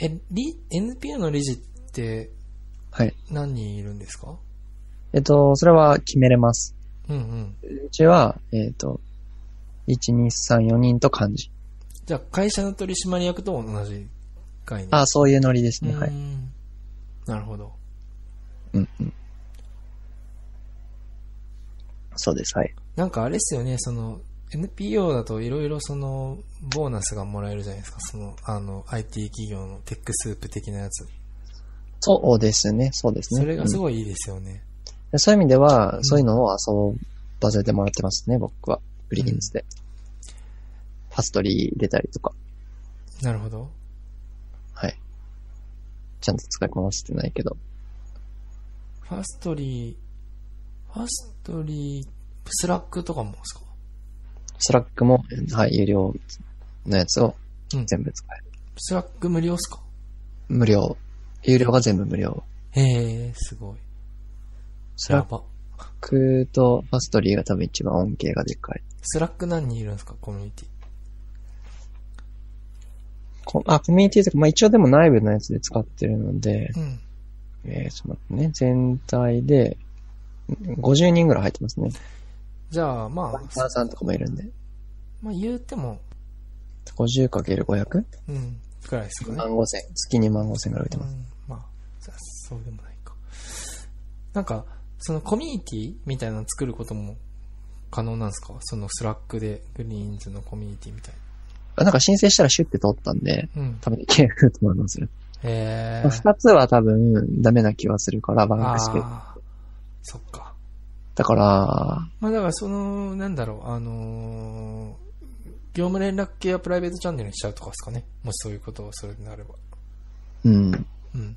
B: え、り、NPO の理事って
A: はい。
B: 何人いるんですか
A: えっと、それは決めれます。
B: うんうん。
A: うちは、えっと、1、2、3、4人と漢字。
B: じゃあ、会社の取締役と同じ概念。
A: あ、そういうノリです
B: う
A: ね。
B: ん、
A: はい。
B: なるほど。
A: うんうん。そうです、はい。
B: なんかあれっすよね、その、 NPO だといろいろその、ボーナスがもらえるじゃないですか。その、あの、IT 企業のテックスープ的なやつ。
A: そうですね。そうですね。
B: それがす
A: い。
B: ごいいいですよね。
A: そういう意味では、
B: ん
A: そういうのを遊ばせてもらってますね、僕は。グリーンズで。パストリー入れたりとか。
B: なるほど。
A: はい。ちゃんと使いこなせてないけど。
B: ファストリー、ファストリー、スラックとかもですか
A: スラックも、はい、有料のやつを
B: うん
A: 全部使える。
B: スラック無料ですか
A: 無料。有料が全部無料。
B: へえ、すごい。
A: ス
B: や
A: ラッ
B: ば。
A: クとファストリーが多分一番恩恵がでかい。
B: スラック何人いるんですかコミュニティ。
A: こあ、コミュニティというか、まあ一応でも内部のやつで使ってるので、
B: うん。
A: えー、ちょっと待ってね。全体で、うん50人ぐらい入ってますね。
B: じゃあ、ま
A: ワン
B: あ、
A: パーさんとかもいるんで。
B: まあ言うても、
A: 50×500?
B: うん、くらいですかね。
A: 万5000。月2万5000ぐらい浮いてます。
B: うん、まあ、そそうでもないか。なんか、そのコミュニティみたいなの作ることも可能なんですかそのスラックでグリーンズのコミュニティみたい
A: あなんか申請したらシュッて取ったんで、
B: な。うん。
A: 多分いけると思いますよ。
B: へ
A: ま
B: え
A: あ。二つは多分ダメな気はするから、バンクスケ
B: ああ、そっか。
A: だから、
B: まあだからその、なんだろう、あのー業務連絡系はプライベートチャンネルにしちゃうとかですかね。もしそういうことをそれになれば。
A: うん。
B: うん。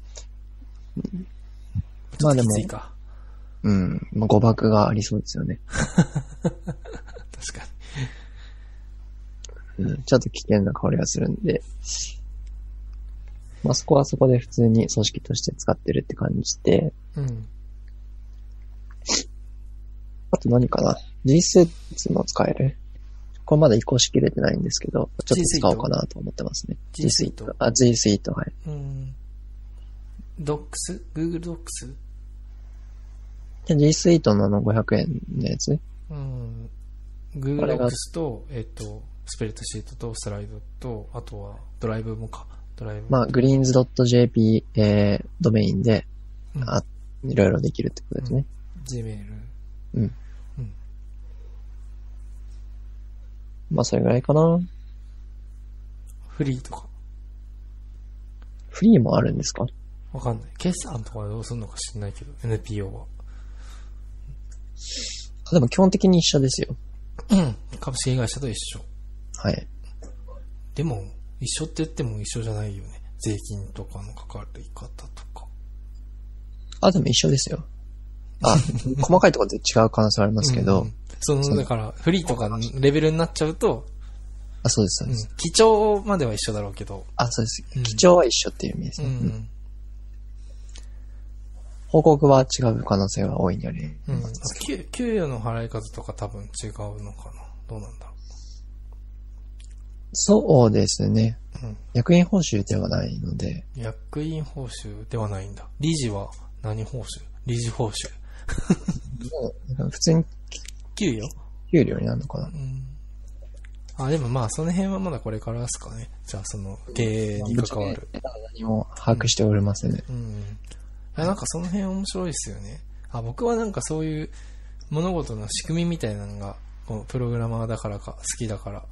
A: まあでも
B: きついか。
A: うん。まあ、誤爆がありそうですよね。
B: 確かに。
A: うん。ちょっと危険な香りがするんで、まあ、そこはそこで普通に組織として使ってるって感じで、
B: うん。
A: あと何かな ?G スーツも使える。これまだ移行しきれてないんですけど、ちょっと使おうかなと思ってますね。
B: G Suite
A: あ、G スイート、はい。
B: うん。ドックス ?Google ドックス
A: で G スイートのあの500円のやつ
B: うん。
A: あ
B: Google
A: れが
B: Docs と、えっと、スプレッドシートとスライドと、あとはドライブもか。ドライブ。
A: まあ、greens.jp、えー、ドメインで、
B: うん
A: あ、いろいろできるってことですね。
B: Gmail。
A: うん。
B: うん。
A: まあ、それぐらいかな。
B: フリーとか。
A: フリーもあるんですか
B: わかんない。決算とかどうするのか知んないけど、NPO は。
A: あでも基本的に一緒ですよ。
B: うん。株式会社と一緒。
A: はい。
B: でも、一緒って言っても一緒じゃないよね。税金とかのかかり方とか。
A: あ、でも一緒ですよ。 あ、細かいところで違う可能性はありますけど、
B: うんそ
A: そ
B: の、
A: う
B: だから、フリーとかのレベルになっちゃうと、
A: あ、そうです、そううんです。、
B: 基調までは一緒だろうけど。
A: あ、そうです
B: うん。
A: 基調は一緒っていう意味です
B: う
A: ね。うん
B: ん。
A: 報告は違う可能性は大いにあり
B: うん。
A: ます。
B: 給給与の払い方とか多分違うのかな。どうなんだろ
A: そうですね。
B: う。うん。
A: 役員報酬ではないので、
B: 役員報酬ではないんだ。理事は何報酬理事報酬。
A: 普通に
B: 給与
A: 給料になるのかな
B: う。ん。あ、でもまあ、その辺はまだこれからですかね。じゃあ、その、経営に関わる。
A: 何も把握しておりませんね。
B: うん。あなんかその辺面白いですよね。あ、僕はなんかそういう物事の仕組みみたいなのが、こうプログラマーだからか、好きだから。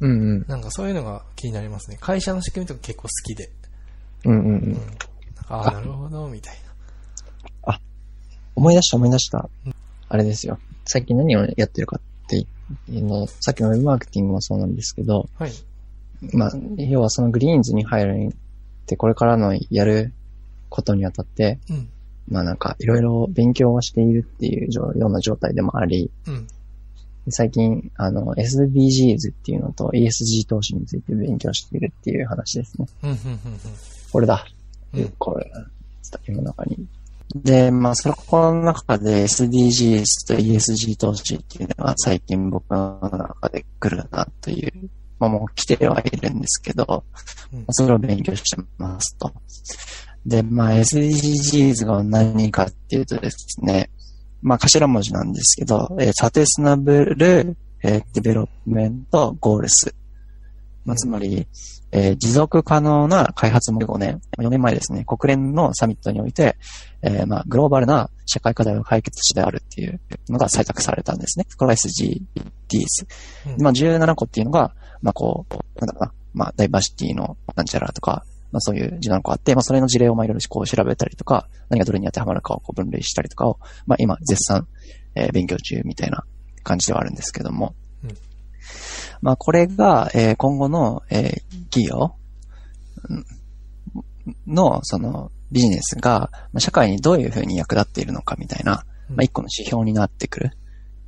A: うんうん。
B: なんかそういうのが気になりますね。会社の仕組みとか結構好きで。
A: うんうんうん。
B: ああ、なるほど、みたい
A: 思い出した思い出した。あれですよ。最近何をやってるかっていうの、さっきのウェブマーケティングもそうなんですけど、
B: な。はい。
A: まあ、要はそのグリーンズに入るにって、これからのやることにあたって、
B: うん。
A: まあなんかいろいろ勉強をしているっていうような状態でもあり、
B: うん。
A: 最近、あの、SDGs っていうのと ESG 投資について勉強しているっていう話ですね。
B: うん、うん、
A: これだ。
B: うん、うん。
A: これ、スタイルの中に。で、まあ、そこの中で SDGs と ESG 投資っていうのが最近僕の中で来るなという、まあもう来てはいるんですけど、
B: うん
A: それを勉強してますと。で、まあ SDGs が何かっていうとですね、まあ頭文字なんですけど、えー、サテスナブル、えー、デベロップメント、ゴールス。まあ、つまり、えー持続可能な開発目標年、4年前ですね、国連のサミットにおいて、えーまあ、グローバルな社会課題の解決地であるっていうのが採択されたんですね。これが SGDs。
C: うん
A: まあ、17個っていうのが、まあ、こう、なんだろうな、まあ、ダイバーシティのなんちゃらとか、まあ、そういう17個あって、まあ、それの事例をまあ、いろいろこう調べたりとか、何がどれに当てはまるかをこう分類したりとかを、まあ、今、絶賛、えー勉強中みたいな感じではあるんですけども。
C: うん
A: まあ、これが、えー今後の、えー企業うんの、その、ビジネスが、まあ社会にどういうふうに役立っているのかみたいな、
C: うん
A: まあ、一個の指標になってくる。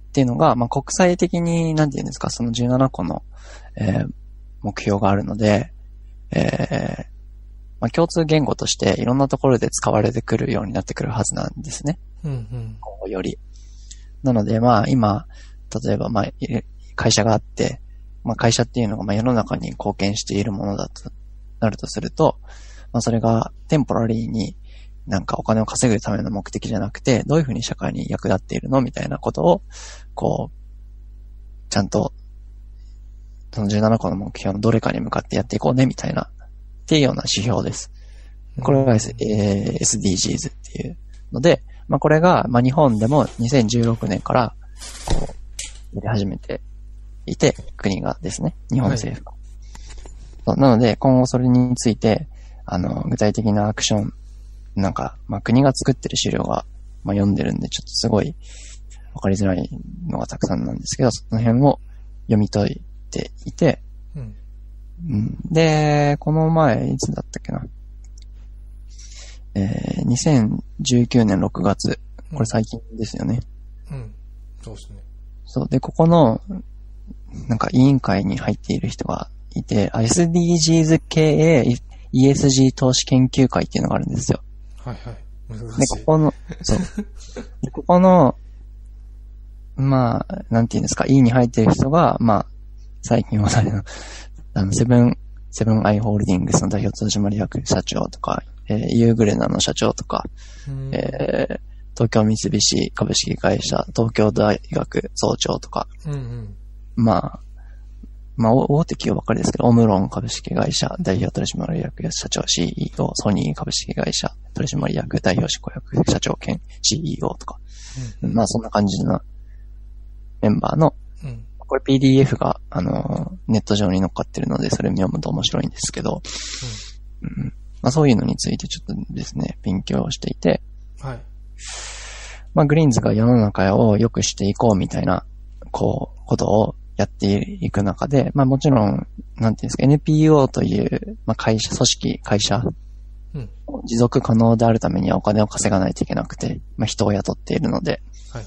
A: っていうのが、まあ、国際的に、なんて言うんですか、その17個の、えー目標があるので、えーまあ、共通言語としていろんなところで使われてくるようになってくるはずなんですね。
C: うんうん。
A: 今後より。なので、まあ、今、例えば、まあ、いれ会社があって、まあ、会社っていうのが、まあ、世の中に貢献しているものだと、なるとすると、まあ、それが、テンポラリーになんかお金を稼ぐための目的じゃなくて、どういうふうに社会に役立っているのみたいなことを、こう、ちゃんと、その17個の目標のどれかに向かってやっていこうね、みたいな、っていうような指標です。これが、S えー SDGs っていうので、まあ、これが、まあ、日本でも2016年から、こう、やり始めていて、国がですね、日本政府が。そうなので、今後それについて、あの、具体的なアクション、なんか、まあ、国が作ってる資料が、まあ、読んでるんで、ちょっとすごい、わかりづらいのがたくさんなんですけど、その辺を読み解いていて、
C: うん。
A: うんで、この前、いつだったっけな。えー、2019年6月。これ最近ですよね。
C: うん。そうですね。
A: そう。で、ここの、なんか委員会に入っている人がいて、あ SDGs 経営 ESG 投資研究会っていうのがあるんですよ。
C: はいはい。難
A: で、
C: し
A: こ
C: い。
A: この、そう。で、ここの、まあ、なんていうんですか、E に入ってる人が、まあ、最近は誰の、あの、セブン、セブンアイホールディングスの代表取締役社長とか、えーユーグレナの社長とか、
C: うん
A: えー東京三菱株式会社、東京大学総長とか、
C: うんうん。
A: まあ、まあ、お大手企業ばっかりですけど、オムロン株式会社代表取締役社長 CEO、ソニー株式会社取締役代表執行役社長兼 CEO とか、まあそんな感じのメンバーの、
C: うん。
A: これ PDF が、あの、ネット上に乗っかってるので、それ読むと面白いんですけど、うんまあそういうのについてちょっとですね、勉強していて、
C: はい。
A: まあ、グリーンズが世の中を良くしていこうみたいな、こう、ことをやっていく中で、まあもちろん、なんていうんですか、NPO という、まあ会社、組織、会社
C: うん、
A: 持続可能であるためにはお金を稼がないといけなくて、まあ人を雇っているので、
C: はい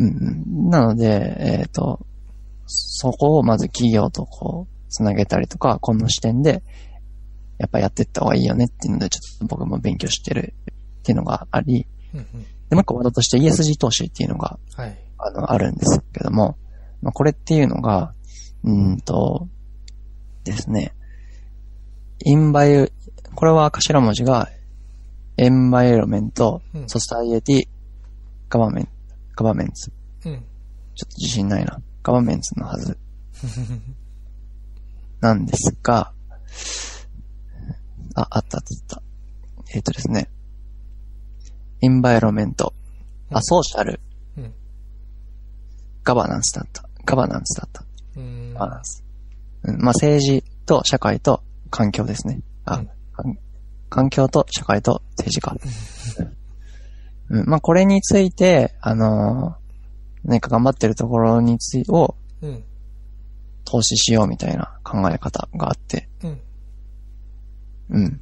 A: うんうん、なので、えっ、と、そこをまず企業とこう、つなげたりとか、この視点で、やっぱやっていった方がいいよねっていうので、ちょっと僕も勉強してるっていうのがあり、
C: うんうん。
A: で、もう一個ワードとして ESG 投資っていうのが、
C: はい。
A: あの、あるんですけども、まあ、これっていうのが、うーんと、ですね、インバイ、これは頭文字が、エンバイロメント、
C: うん
A: ソサイエティ、ガバメン、ガバメンツ。
C: うん。
A: ちょっと自信ないな。ガバメンツのはず。なんですが、あ、あったあったあった。えっ、とですね。エンバイロメント。
C: う
A: あ、
C: ん
A: ソーシャル。
C: うん
A: ガバナンスだった。ガバナンスだった。
C: うん。
A: ガバナンス。うん、まあ、政治と社会と環境ですね。あ、
C: うん
A: かん環境と社会と政治か。うん、まあ、これについて、あのー何か頑張ってるところについを
C: うん。
A: 投資しようみたいな考え方があって、
C: うん。
A: うん。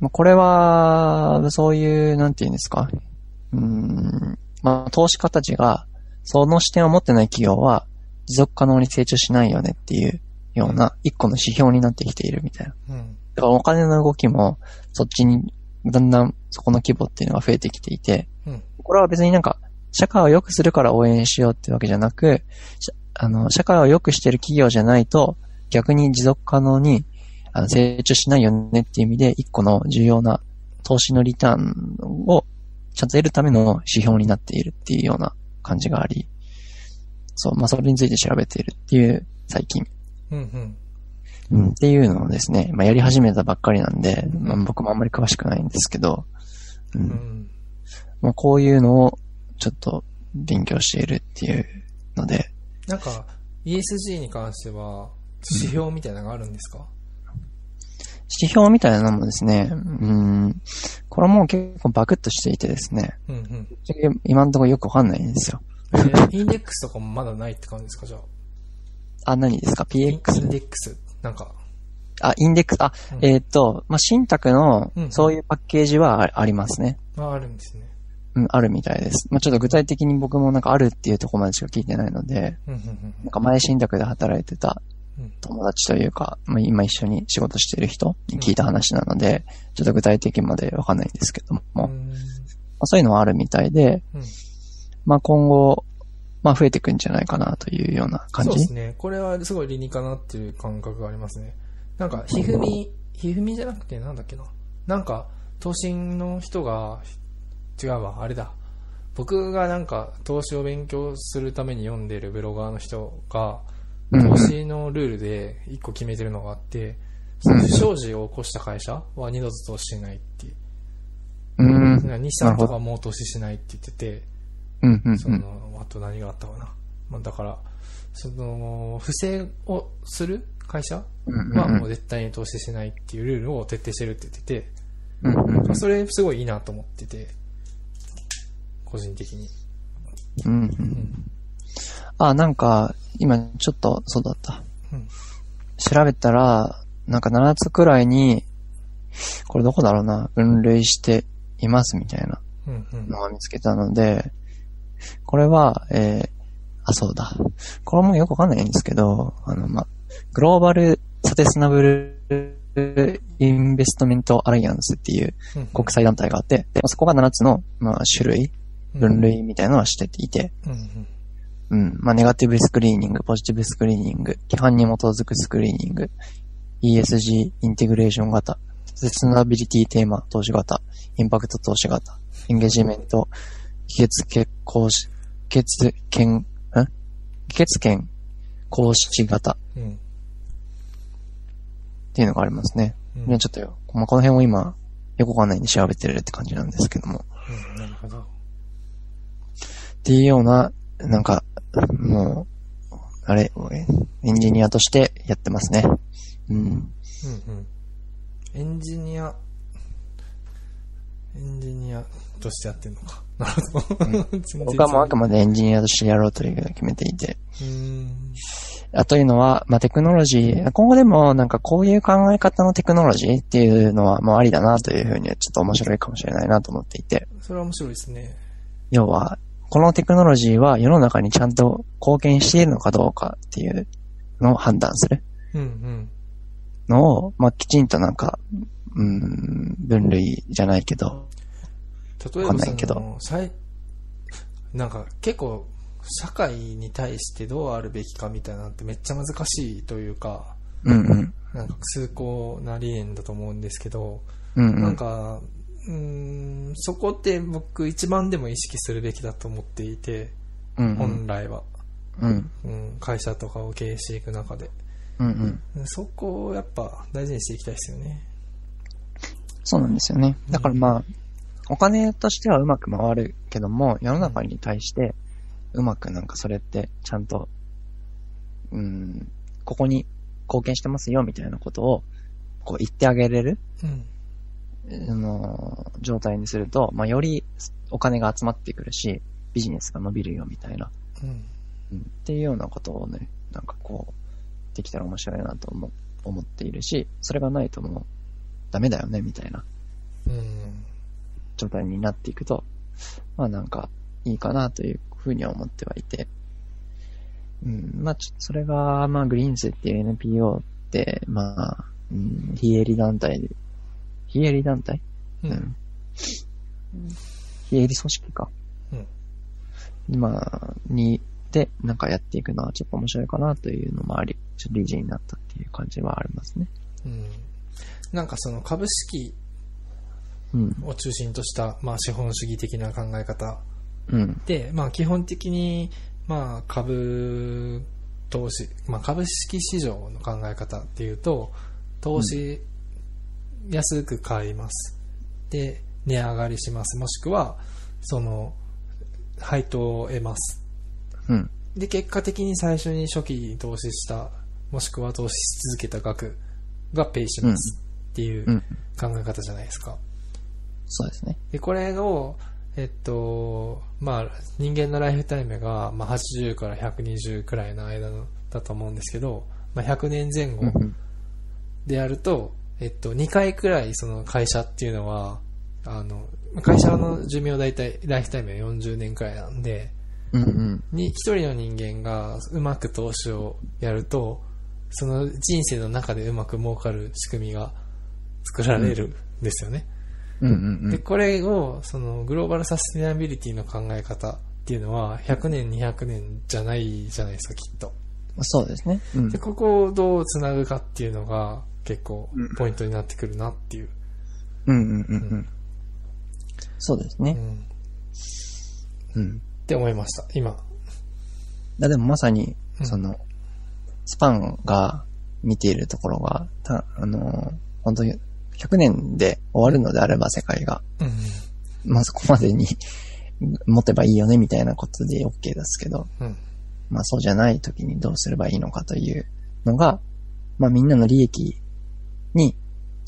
A: まあ、これは、そういう、なんて言うんですか。うーん。まあ、投資家たちが、その視点を持ってない企業は、持続可能に成長しないよねっていうような、一個の指標になってきているみたいな。
C: うん。
A: だからお金の動きも、そっちに、だんだんそこの規模っていうのが増えてきていて、
C: うん
A: これは別になんか、社会を良くするから応援しようってわけじゃなく、しあの、社会を良くしてる企業じゃないと、逆に持続可能にあの成長しないよねっていう意味で、一個の重要な投資のリターンをちゃんと得るための指標になっているっていうような感じがあり、そう、まあ、それについて調べているっていう最近
C: うん。うん。
A: うん、っていうのをですね、まあ、やり始めたばっかりなんで、まあ、僕もあんまり詳しくないんですけど、う、
B: うんん。
A: まあ、こういうのをちょっと勉強しているっていうので、
B: なんか、ESG に関しては、指標みたいなのがあるんですか、
A: 指標みたいなのもですね、うん、これも結構バクッとしていてですね、
B: うん、うん
A: 今のところよくわかんないんですよ。
B: えインデックスとかもまだないって感じですかじゃあ。
A: あ、何ですか
B: イン
A: ?PX?
B: デックス。なんか。
A: あ、インデックス、あ、
B: うん
A: えーっと、まあ、信託の
B: う、ん
A: そういうパッケージはあありますね。
B: あ、あるんですね。
A: うん、あるみたいです。まあ、ちょっと具体的に僕もなんかあるっていうところまでしか聞いてないので、
B: うん、うん、
A: なんか前信託で働いてた
B: うん
A: 友達というか、まあ、今一緒に仕事してる人に聞いた話なので、ちょっと具体的までわかんないんですけども、
B: う
A: ま
B: ん。
A: あ、そういうのはあるみたいで、
B: うん
A: まあ、今後、まあ、増えていくんじゃないかなというような感
B: そうで
A: じ
B: すね。これはすごい理にかなっていう感覚がありますね。なんか、ひふみ、ひふみじゃなくてなんだっけな。なんか、投資の人が、違うわ、あれだ。僕がなんか、投資を勉強するために読んでるブロガーの人が、
A: うん
B: 投資のルールで一個決めてるのがあって、その不祥事を起こした会社は二度と投資しないっていう。
A: うん、うん、
B: 日産とかもう投資しないって言ってて、
A: うん、うん
B: その、あと何があったかな。まあ、だから、その、不正をする会社
A: うん
B: はもう絶対に投資しないっていうルールを徹底してるって言ってて、
A: うん、うん
B: まあ、それすごいいいなと思ってて、個人的に。
A: うんう。
B: うんん。
A: あ、なんか、今ちょっと、そうだった。
B: うん
A: 調べたら、なんか7つくらいに、これどこだろうな、分類していますみたいな
B: うん。うん
A: の。を見つけたので、これは、えー、あ、そうだ。これもよくわかんないんですけど、あの、ま、グローバルサテスナブルインベストメントアライアンスっていう
B: うん
A: 国際団体があって、でそこが7つの、まあ、種類、分。類みたいなのはしていて、
B: うん。うん
A: うん。まあ、ネガティブスクリーニング、ポジティブスクリーニング、規範に基づくスクリーニング、ESG、インテグレーション型、サステナビリティテーマ、投資型、インパクト投資型、エンゲージメント、議決結行し、議決権、ん議決権行使型っ
B: うん。
A: ていうのがありますね。
B: うん
A: ねちょっとよ、まあ、この辺を今、よくわかんないんで調べてるって感じなんですけども。
B: うんなるほど。
A: っていうような、なんか、もう、あれ、エンジニアとしてやってますね。うん。
B: うんうん。エンジニア、エンジニアとしてやってんのか。なるほど。
A: 僕はもうあく
B: ま
A: までエンジニアとしてやろうというふうに決めていて。
B: うん。
A: あというのは、まあ、テクノロジー、今後でもなんかこういう考え方のテクノロジーっていうのはもうありだなというふうにはちょっと面白いかもしれないなと思っていて。
B: それは面白いですね。
A: 要は、このテクノロジーは世の中にちゃんと貢献しているのかどうかっていうのを判断する。
B: うんうん。
A: のを、まあ、きちんとなんか、うん、分類じゃないけど、
B: 例え
A: わかん
B: ば
A: ないけ
B: そ
A: ど
B: の、さい なんか結構、社会に対してどうあるべきかみたいなのってめっちゃ難しいというか、
A: うんうん。
B: なんか崇高な理念だと思うんですけど、
A: うんうん。
B: なんか、うーん、そこって僕一番でも意識するべきだと思っていて、
A: うんう
B: 本
A: ん、
B: 来は。
A: うん
B: うん、会社とかを経営していく中で。
A: うんうん。
B: うんそこをやっぱ大事にしていきたいですよね。
A: そうなんですよね。だからまあ、お金としてはうまく回るけども、世の中に対して、うまくなんかそれって、ちゃんと、うん、ここに貢献してますよ、みたいなことを、こう言ってあげれる、
B: うん。
A: あの、状態にすると、まあ、よりお金が集まってくるし、ビジネスが伸びるよ、みたいな。
B: うん。
A: うんっていうようなことをね、なんかこう、できたら面白いなと思思っているし、それがないともうダメだよね、みたいな
B: うん。
A: 状態になっていくと、まあなんかいいかなというふうには思ってはいて、うん、まあちょそれが、まあグリーンズっていう NPO って、まあ、うん、非営利団体で、非営利団体
B: うん。
A: うん。非営利組織か。
B: うん。
A: まあ、に、で、なんかやっていくのはちょっと面白いかなというのもあり、ちょっと理事になったっていう感じはありますね。
B: うん。なんかその株式
A: うん。
B: を中心とした、まあ資本主義的な考え方
A: うん。
B: で、まあ基本的に、まあ株投資、まあ、株式市場の考え方っていうと、投資、安く買います。で、値上がりします。もしくは、その、配当を得ます。
A: うん。。
B: で、結果的に最初に初期に投資した、もしくは投資し続けた額がペイします。っていううん考え方じゃないですか。
A: そうですね。
B: で、これを、えっと、まあ、人間のライフタイムが、まあ、80から120くらいの間のだと思うんですけど、まあ、100年前後
A: うんうん
B: でやると、えっと、2回くらいその会社っていうのは、あの、まあ会社の寿命大体、ライフタイムは40年くらいなんで、
A: うんうん。
B: に、一人の人間がうまく投資をやると、その人生の中でうまく儲かる仕組みが作られるんですよね。
A: うんうんう
B: で、
A: ん。
B: これを、その、グローバルサステナビリティの考え方っていうのは、100年、200年じゃないじゃないですか、きっと。
A: そうですね。うん
B: で、。ここをどう繋ぐかっていうのが、結構
A: うん、
B: ポイントになってくるなっていう。
A: うんうんうんうん。そうです
B: う
A: ね。
B: ん。っ
A: うん。
B: て思いました、今。
A: だでもまさに
B: う、ん
A: その、スパンが見ているところが、た、あのー、本当に100年で終わるのであれば世界が、
B: うん。
A: まあそこまでに 持てばいいよねみたいなことで OK ですけど、
B: うん。
A: まあそうじゃない時にどうすればいいのかというのが、まあみんなの利益に、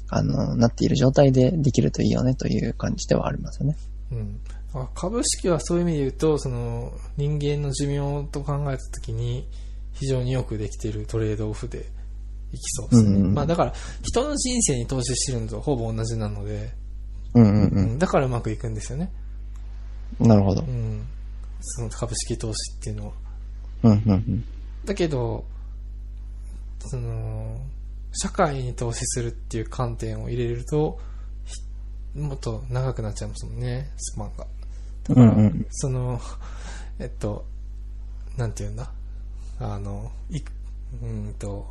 A: あの、なっている状態でできるといいよねという感じではありますよね。
B: うん。あ株式はそういう意味で言うと、その、人間の寿命と考えたときに、非常によくできているトレードオフでいきそうですね。
A: うんうん
B: まあだから、人の人生に投資してるのとほぼ同じなので、
A: うんうん
B: うんだからうまくいくんですよね。
A: うん。なるほど
B: う。ん。その株式投資っていうのは。
A: うんうんうん。
B: だけど、その、社会に投資するっていう観点を入れると、ひもっと長くなっちゃいますもんね、スパンが。だから、
A: うんうん
B: その、えっと、なんていうんだ。あの、いくうーんと、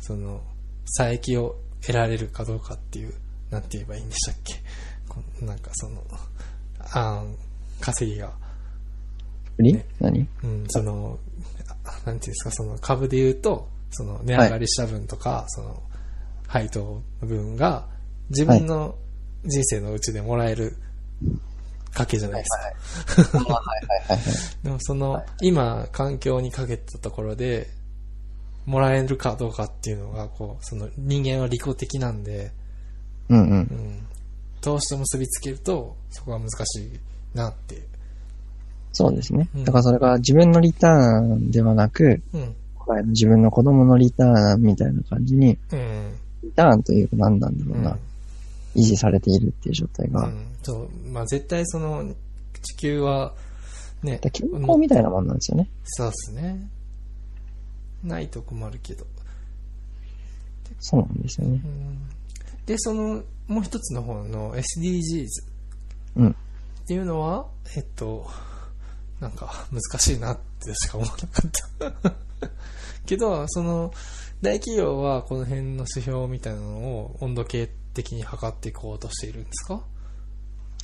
B: その、佐益を得られるかどうかっていう、なんて言えばいいんでしたっけ。こなんかその、あん稼ぎが。
A: リ
B: ね
A: 何
B: うん、その、あなんていうんですか、その株で言うと、その値上がりした分とか、その配当の分が自分の人生のうちでもらえる賭けじゃないですか。でもその、今環境にかけたところで、もらえるかどうかっていうのが、こう、その人間は利己的なんで、
A: うんう。
B: うんん、投資と結びつけると、そこは難しいなっていう。
A: そうですね
B: う。ん
A: だからそれが自分のリターンではなく、
B: うん、
A: 自分の子供のリターンみたいな感じに、
B: うん、
A: リターンというか何なんだろ
B: う
A: うな、
B: ん。
A: 維持されているっていう状態が、
B: うん、そう、まあ絶対その、地球は、ね
A: だ、から健康みたいなもんなんですよね。
B: そうっすね。ないと困るけど。
A: そうなんですよね
B: う。ん、で、その、もう一つの方の SDGs
A: うん。
B: っていうのは、えっと、なんか難しいなってしか思わなかった。 けど、その、大企業はこの辺の指標みたいなのを温度計的に測っていこうとしているんですか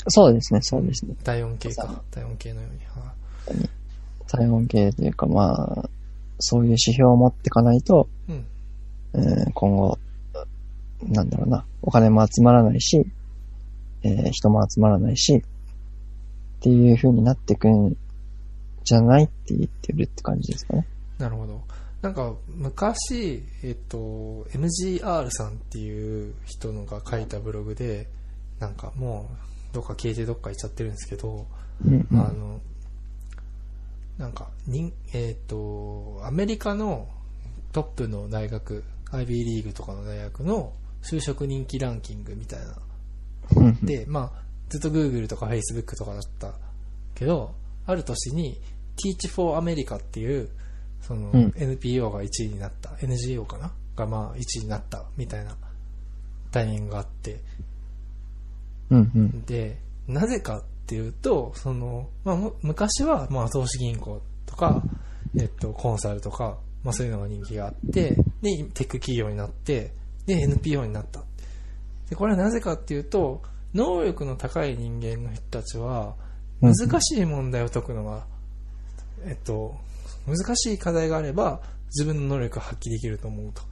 A: そうですね、そうですね。
B: 体温計
A: そう
B: か。体温計のように。はい
A: 体温計というか、まあ、そういう指標を持っていかないと、
B: うん。
A: うん今後、なんだろうな、お金も集まらないし、えー人も集まらないし、っていう風になっていくんじゃないって言ってるって感じですかね。
B: なるほど。なんか、昔、えっと、MGR さんっていう人のが書いたブログで、なんかもう、どっか消えてどっか行っちゃってるんですけど、
A: うん、う
B: あ
A: ん。
B: の、なんか、にえっと、アメリカのトップの大学、IB リーグとかの大学の就職人気ランキングみたいな
A: うん
B: で、まあ、ずっと Google とか Facebook とかだったけど、ある年に Teach for America っていう、その
A: うん
B: NPO が1位になった、NGO かながまあ1位になったみたいなタイミングがあって、
A: うん、うん。
B: で、なぜかっていうと、その、まあ、む昔は、まあ、投資銀行とか、えっと、コンサルとか、まあ、そういうのが人気があって、で、テック企業になって、で、NPO になった。で、これはなぜかっていうと、能力の高い人間の人たちは、難しい問題を解くのが、えっと、難しい課題があれば、自分の能力を発揮できると思うと。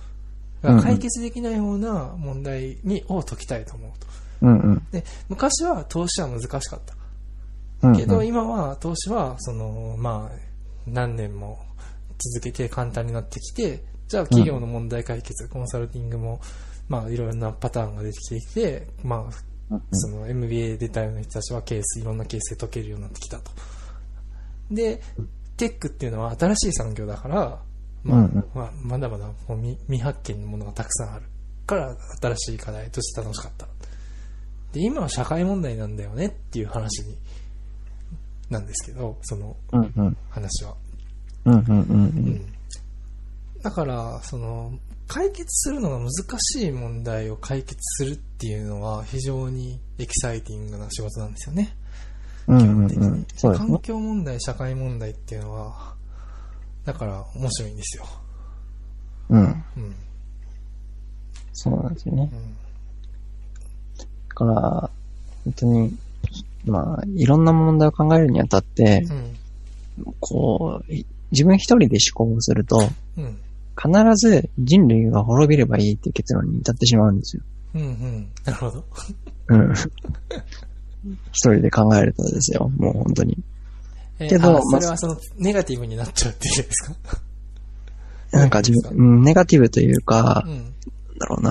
A: うんうん
B: 解決できないような問題に、を解きたいと思うと。
A: うんうん。
B: で、昔は投資は難しかった。
A: うん
B: けど
A: うん
B: 今は投資はそのまあ何年も続けて簡単になってきてじゃあ企業の問題解決、コンサルティングもまあいろいろなパターンが出てきてきてまあその MBA 出たような人たちはケースいろんなケースで解けるようになってきたとでテックっていうのは新しい産業だからまあ、
A: うんうん
B: まあ、まだまだこう未未発見のものがたくさんあるから新しい課題として楽しかったで今は社会問題なんだよねっていう話になんですけど、その
A: うんうん。
B: 話は。
A: うんうんうんう。
B: うんん。だから、その、解決するのが難しい問題を解決するっていうのは非常にエキサイティングな仕事なんですよね。
A: うん
B: 基
A: うん
B: 本
A: う
B: 的
A: ん
B: に。。
A: そうですね
B: 環。境問題、社会問題っていうのは、だから面白いんですよ。
A: うん。
B: うん。
A: そうなんですよね
B: う。ん。
A: だから、本当に、まあ、いろんな問題を考えるにあたって、
B: うん。
A: こう、い自分一人で思考をすると、
B: うん。
A: 必ず人類が滅びればいいっていう結論に至ってしまうんですよ。
B: うん。うん。なるほど。
A: うん。一人で考えるとですよ、もう本当に。
B: えー
A: けど
B: あ
A: ま
B: そ
A: あ
B: れはその、ネガティブになっちゃうっていうですか
A: なんか自分、うん、ネガティブと いうか
B: う、ん。
A: なんだろうな。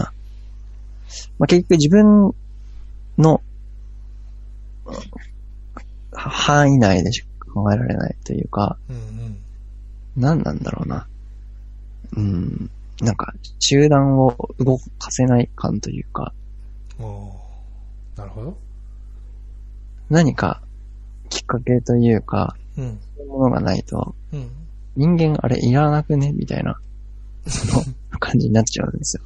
A: まあ、結局自分のうんは範囲内でしか考えられないというか、
B: うん。うん。
A: 何なんだろうな。うん、なんか集団を動かせない感というか、
B: もう、なるほど。
A: 何かきっかけというか、
B: うん。
A: そういうものがないと、
B: うん。
A: 人間あれいらなくねみたいな、その感じになっちゃうんですよ。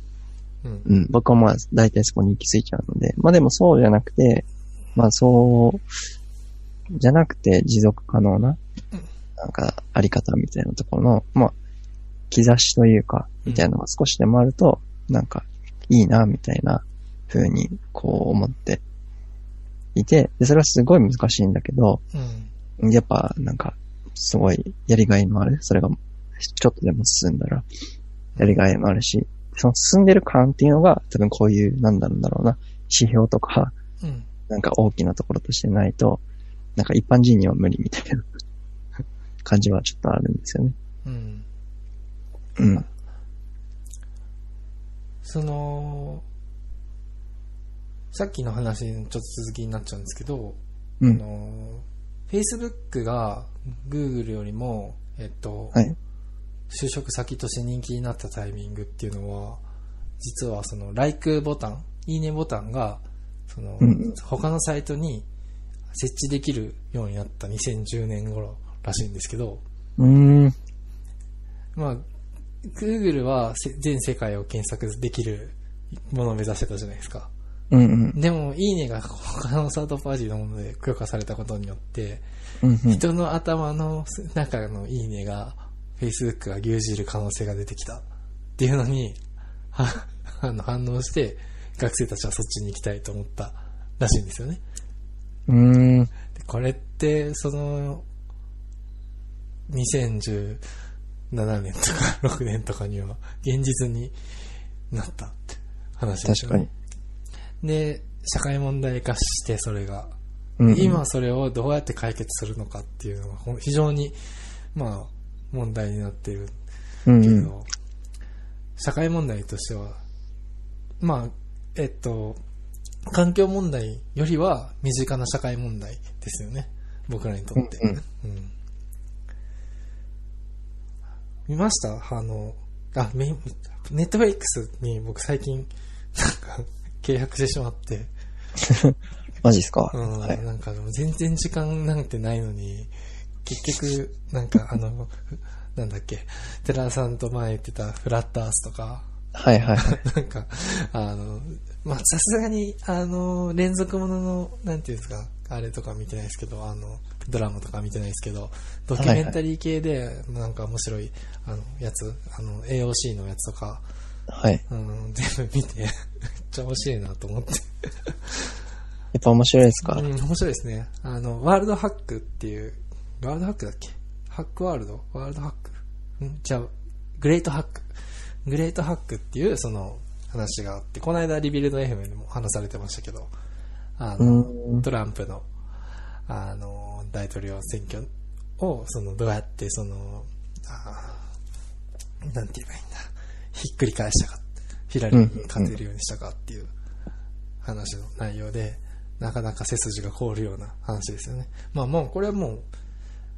B: うん。
A: うん、僕はまあ、大体そこに行き着いちゃうので、まあでもそうじゃなくて、まあそう、じゃなくて持続可能な
B: うん、
A: なんか、あり方みたいなところの、まあ、兆しというか、みたいなのが少しでもあると、なんか、いいな、みたいな風に、こう思っていて、で、それはすごい難しいんだけど、
B: うん。
A: やっぱ、なんか、すごいやりがいもある。それが、ちょっとでも進んだら、やりがいもあるし、その進んでる感っていうのが、多分こういう、なんだろうな、指標とか、
B: うん。
A: なんか大きなところとしてないと、なんか一般人には無理みたいな感じはちょっとあるんですよね。
B: うん。
A: うん。
B: その、さっきの話のちょっと続きになっちゃうんですけど、
A: う
B: あ
A: ん。
B: の、Facebook が Google よりも、えっと、
A: はい。
B: 就職先として人気になったタイミングっていうのは、実はその、like ボタン、いいねボタンが、その
A: うん、
B: 他のサイトに設置できるようになった2010年頃らしいんですけど、
A: うーん。
B: まあ、Google はせ全世界を検索できるものを目指してたじゃないですか。
A: うんうん。
B: でも、いいねが他のサードパーティーのもので許可されたことによって、
A: うんうん。
B: 人の頭の中のいいねが、Facebook が牛耳る可能性が出てきたっていうのに、 はあの反応して、学生たちはそっちに行きたいと思ったらしいんですよね。
A: うーん。
B: でこれって、その、2017年とか6年とかには現実になったって話です
A: 確
B: よ
A: かに
B: ね。。で、社会問題化してそれが、
A: うんうん、
B: 今それをどうやって解決するのかっていうのがほん非常に、まあ、問題になってる
A: うん
B: けど、
A: うん。
B: 社会問題としては、まあ、えっと、環境問題よりは身近な社会問題ですよね。僕らにとって。
A: うんうん
B: うん見ましたあの、あ、めネットフリックスに僕最近、なんか、契約してしまって、
A: マジっすか、
B: うん、
A: はい。
B: なんかでも全然時間なんてないのに、結局、なんかあの、ふなんだっけ、寺田さんと前言ってたフラッタースとか、
A: はいはいはい。
B: なんか、あの、まあ、さすがに、あの、連続ものの、なんていうんですか、あれとか見てないですけど、あの、ドラマとか見てないですけど、ドキュメンタリー系で、なんか面白い、あの、やつ、あの、AOC のやつとか、
A: はい。
B: うん、全部見て、めっ ちゃ面白いなと思って。
A: やっぱ面白いですか、
B: うん、面白いですね。あの、ワールドハックっていう、ワールドハックだっけハックワールドワールドハックんじゃあ、グレートハック。グレートハックっていう、その、話があって、この間リビルド FM でも話されてましたけど、あ
A: う
B: の、
A: ん。
B: トランプの、あの、大統領選挙を、その、どうやって、その、あーなんて言えばいいんだ、ひっくり返したか、ヒラリーに勝てるようにしたかっていう話の内容で、なかなか背筋が凍るような話ですよね。まあもう、これはもう、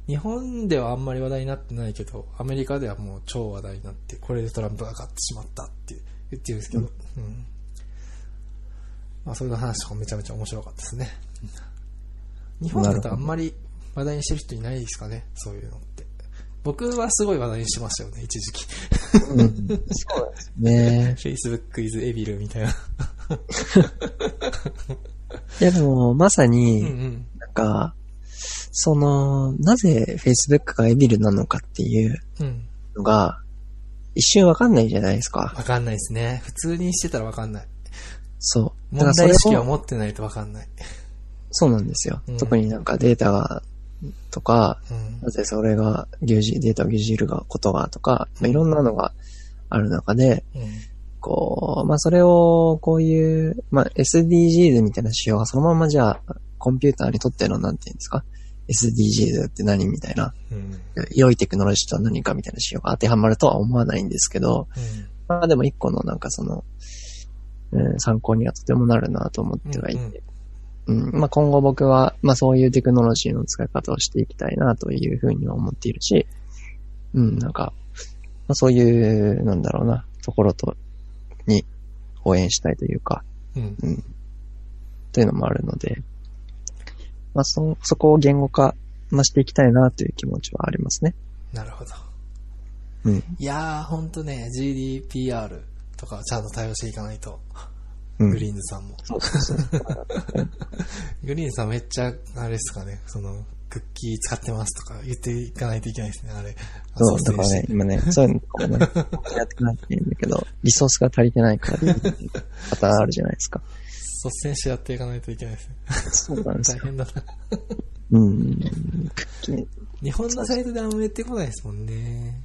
B: 日本ではあんまり話題になってないけど、アメリカではもう超話題になって、これでトランプが勝ってしまったって言ってるんですけど、うん。まあ、それの話とかめちゃめちゃ面白かったですね。日本だとあんまり話題にしてる人いないですかね、そういうのって。僕はすごい話題にしてましたよね、一時期。
A: うんそうですね。
B: Facebook is evil みたいな。
A: いやでも、まさ
B: う
A: に、
B: んうん。
A: なんか、その、なぜ Facebook がエビルなのかっていう
B: うん。
A: のが、一瞬わかんないじゃないですか。
B: わかんないですね。普通にしてたらわかんない。
A: そう。
B: 問題意識
A: それ
B: を
A: を
B: 持ってないとわかんない。
A: そうなんですよ。
B: うん
A: 特になんかデータが、とか、
B: うん
A: な。ぜそれが牛耳、データを牛耳るがことがとか、まあ、いろんなのがある中で、
B: うん。
A: こう、まあそれを、こういう、まあ SDGs みたいな仕様がそのままじゃあ、コンピューターにとってのなんていうんですか ?SDGs って何みたいな。
B: うん。
A: 良いテクノロジーとは何かみたいな仕様が当てはまるとは思わないんですけど、まあでも一個のなんかその、うん、参考にはとてもなるなと思ってはいて、うんまあ今後僕は、まあそういうテクノロジーの使い方をしていきたいなというふうには思っているし、うん、なんか、まあそういう、なんだろうな、ところと、に応援したいというか、
B: うん。うん。
A: うん。というのもあるので、まあそ、そこを言語化、まあ、していきたいなという気持ちはありますね。
B: なるほど。
A: うん。
B: いやー、ほんとね、GDPR とかちゃんと対応していかないと。
A: うん
B: グリーンズさんも。
A: そうそうそう。
B: グリーンさんめっちゃ、あれですかね、その、クッキー使ってますとか言っていかないといけないですね、あれ。
A: そう、だ
B: 率先
A: から
B: して
A: ね、今ね、そういうのとか もね、やっていかないといけないんだけど、リソースが足りてないから、パターンあるじゃないですか。
B: 率先してやっていかないといけないですね。
A: そうなんです
B: 大
A: よ。
B: 変だな。
A: うん。クッキー、
B: 日本のサイトであんまやってこないですもんね。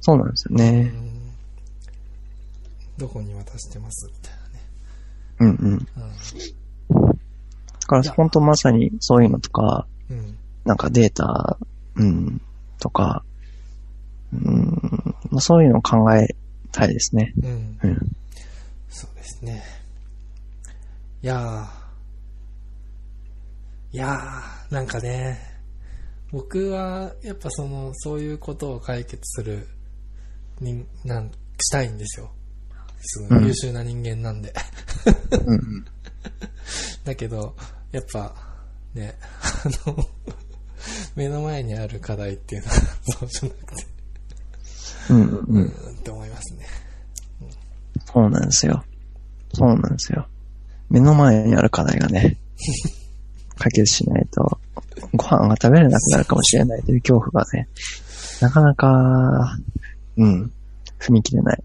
A: そうなんですよ
B: う
A: ね。
B: ん。どこに渡してますみたい
A: うんうん。だ
B: なね。
A: から、本当まさにそういうのとか、
B: うん。うん。
A: なんかデータ、うん、とか、うん、まあ、そういうのを考えたいですね。
B: うん。
A: うん。
B: そうですね。いやー。いやー、なんかね、僕は、やっぱその、そういうことを解決する、に、なん、したいんですよ。すご
A: うん
B: い優秀な人間なんで。
A: うんうん。
B: だけど、やっぱ、ね、あの、 目の前にある課題っていうのは、 そうじゃなくて、
A: うんう。
B: うんーんって思いますね。
A: そうなんですよ。そうなんですよ。目の前にある課題が ね、解決しないと、ご飯が食べれなくなるかもしれないという恐怖がね、なかなか、うん、踏み切れない。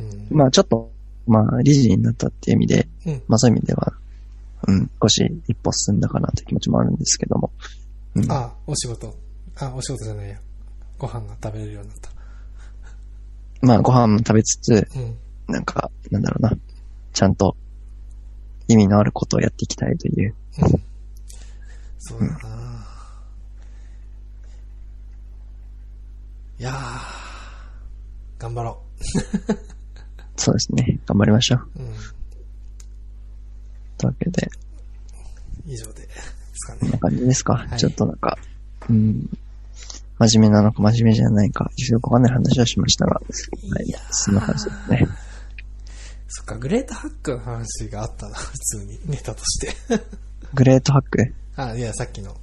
B: うん。
A: まあちょっと、まあ理事になったっていう意味で、
B: うん。
A: まあそういう意味では、うん、少し一歩進んだかなという気持ちもあるんですけども。うん、
B: あ、お仕事。あ、お仕事じゃないや。ご飯が食べれるようになった。
A: まあご飯も食べつつ、
B: うん。
A: なんか、なんだろうな、ちゃんと意味のあることをやっていきたいという
B: そうだな、いやー、頑張ろ
A: そうですね。頑張りましょう。
B: う。うん。
A: というわけで、
B: 以上で、 ですか
A: こん
B: ね。
A: な感じですか。
B: はい
A: ちょっとなんか、うん、真面目なのか真面目じゃないか、よくわかんない話をしましたが、はい
B: いや、
A: その話ですね。
B: そっか、グレートハックの話があったな、普通に。ネタとして。
A: グレートハック。
B: あ、いや、さっきの、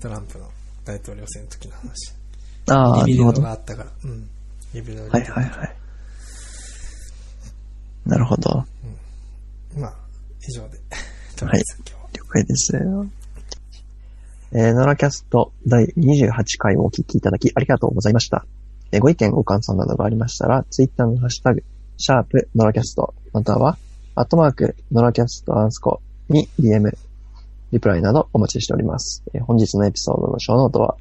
B: トランプの大統領選の時の話。
A: ああ、な
B: リ
A: る
B: ビル
A: ほ
B: ド
A: ど。
B: が
A: は
B: あったから。うん。リビルド
A: いはいはい。なるほど。
B: まあ、以 上で。とりあえず今日は。
A: 了解です。えー、ノラキャスト第28回をお聞きいただきありがとうございました。えーご意見、ご感想などがありましたら、ツイッターのハッシュタグ、シャープノラキャスト、または、アットマーク、ノラキャストアンスコに DM、リプライなどお待ちしております。えー本日のエピソードのショーノートは、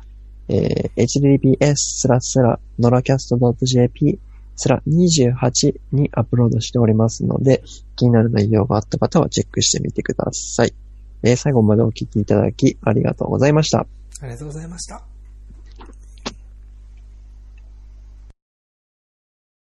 A: えー https スラスラ、ノラキャスト .jp スラ28にアップロードしておりますので、気になる内容があった方はチェックしてみてください。えー最後までお聞きいただきありがとうございました。
C: ありがとうございました。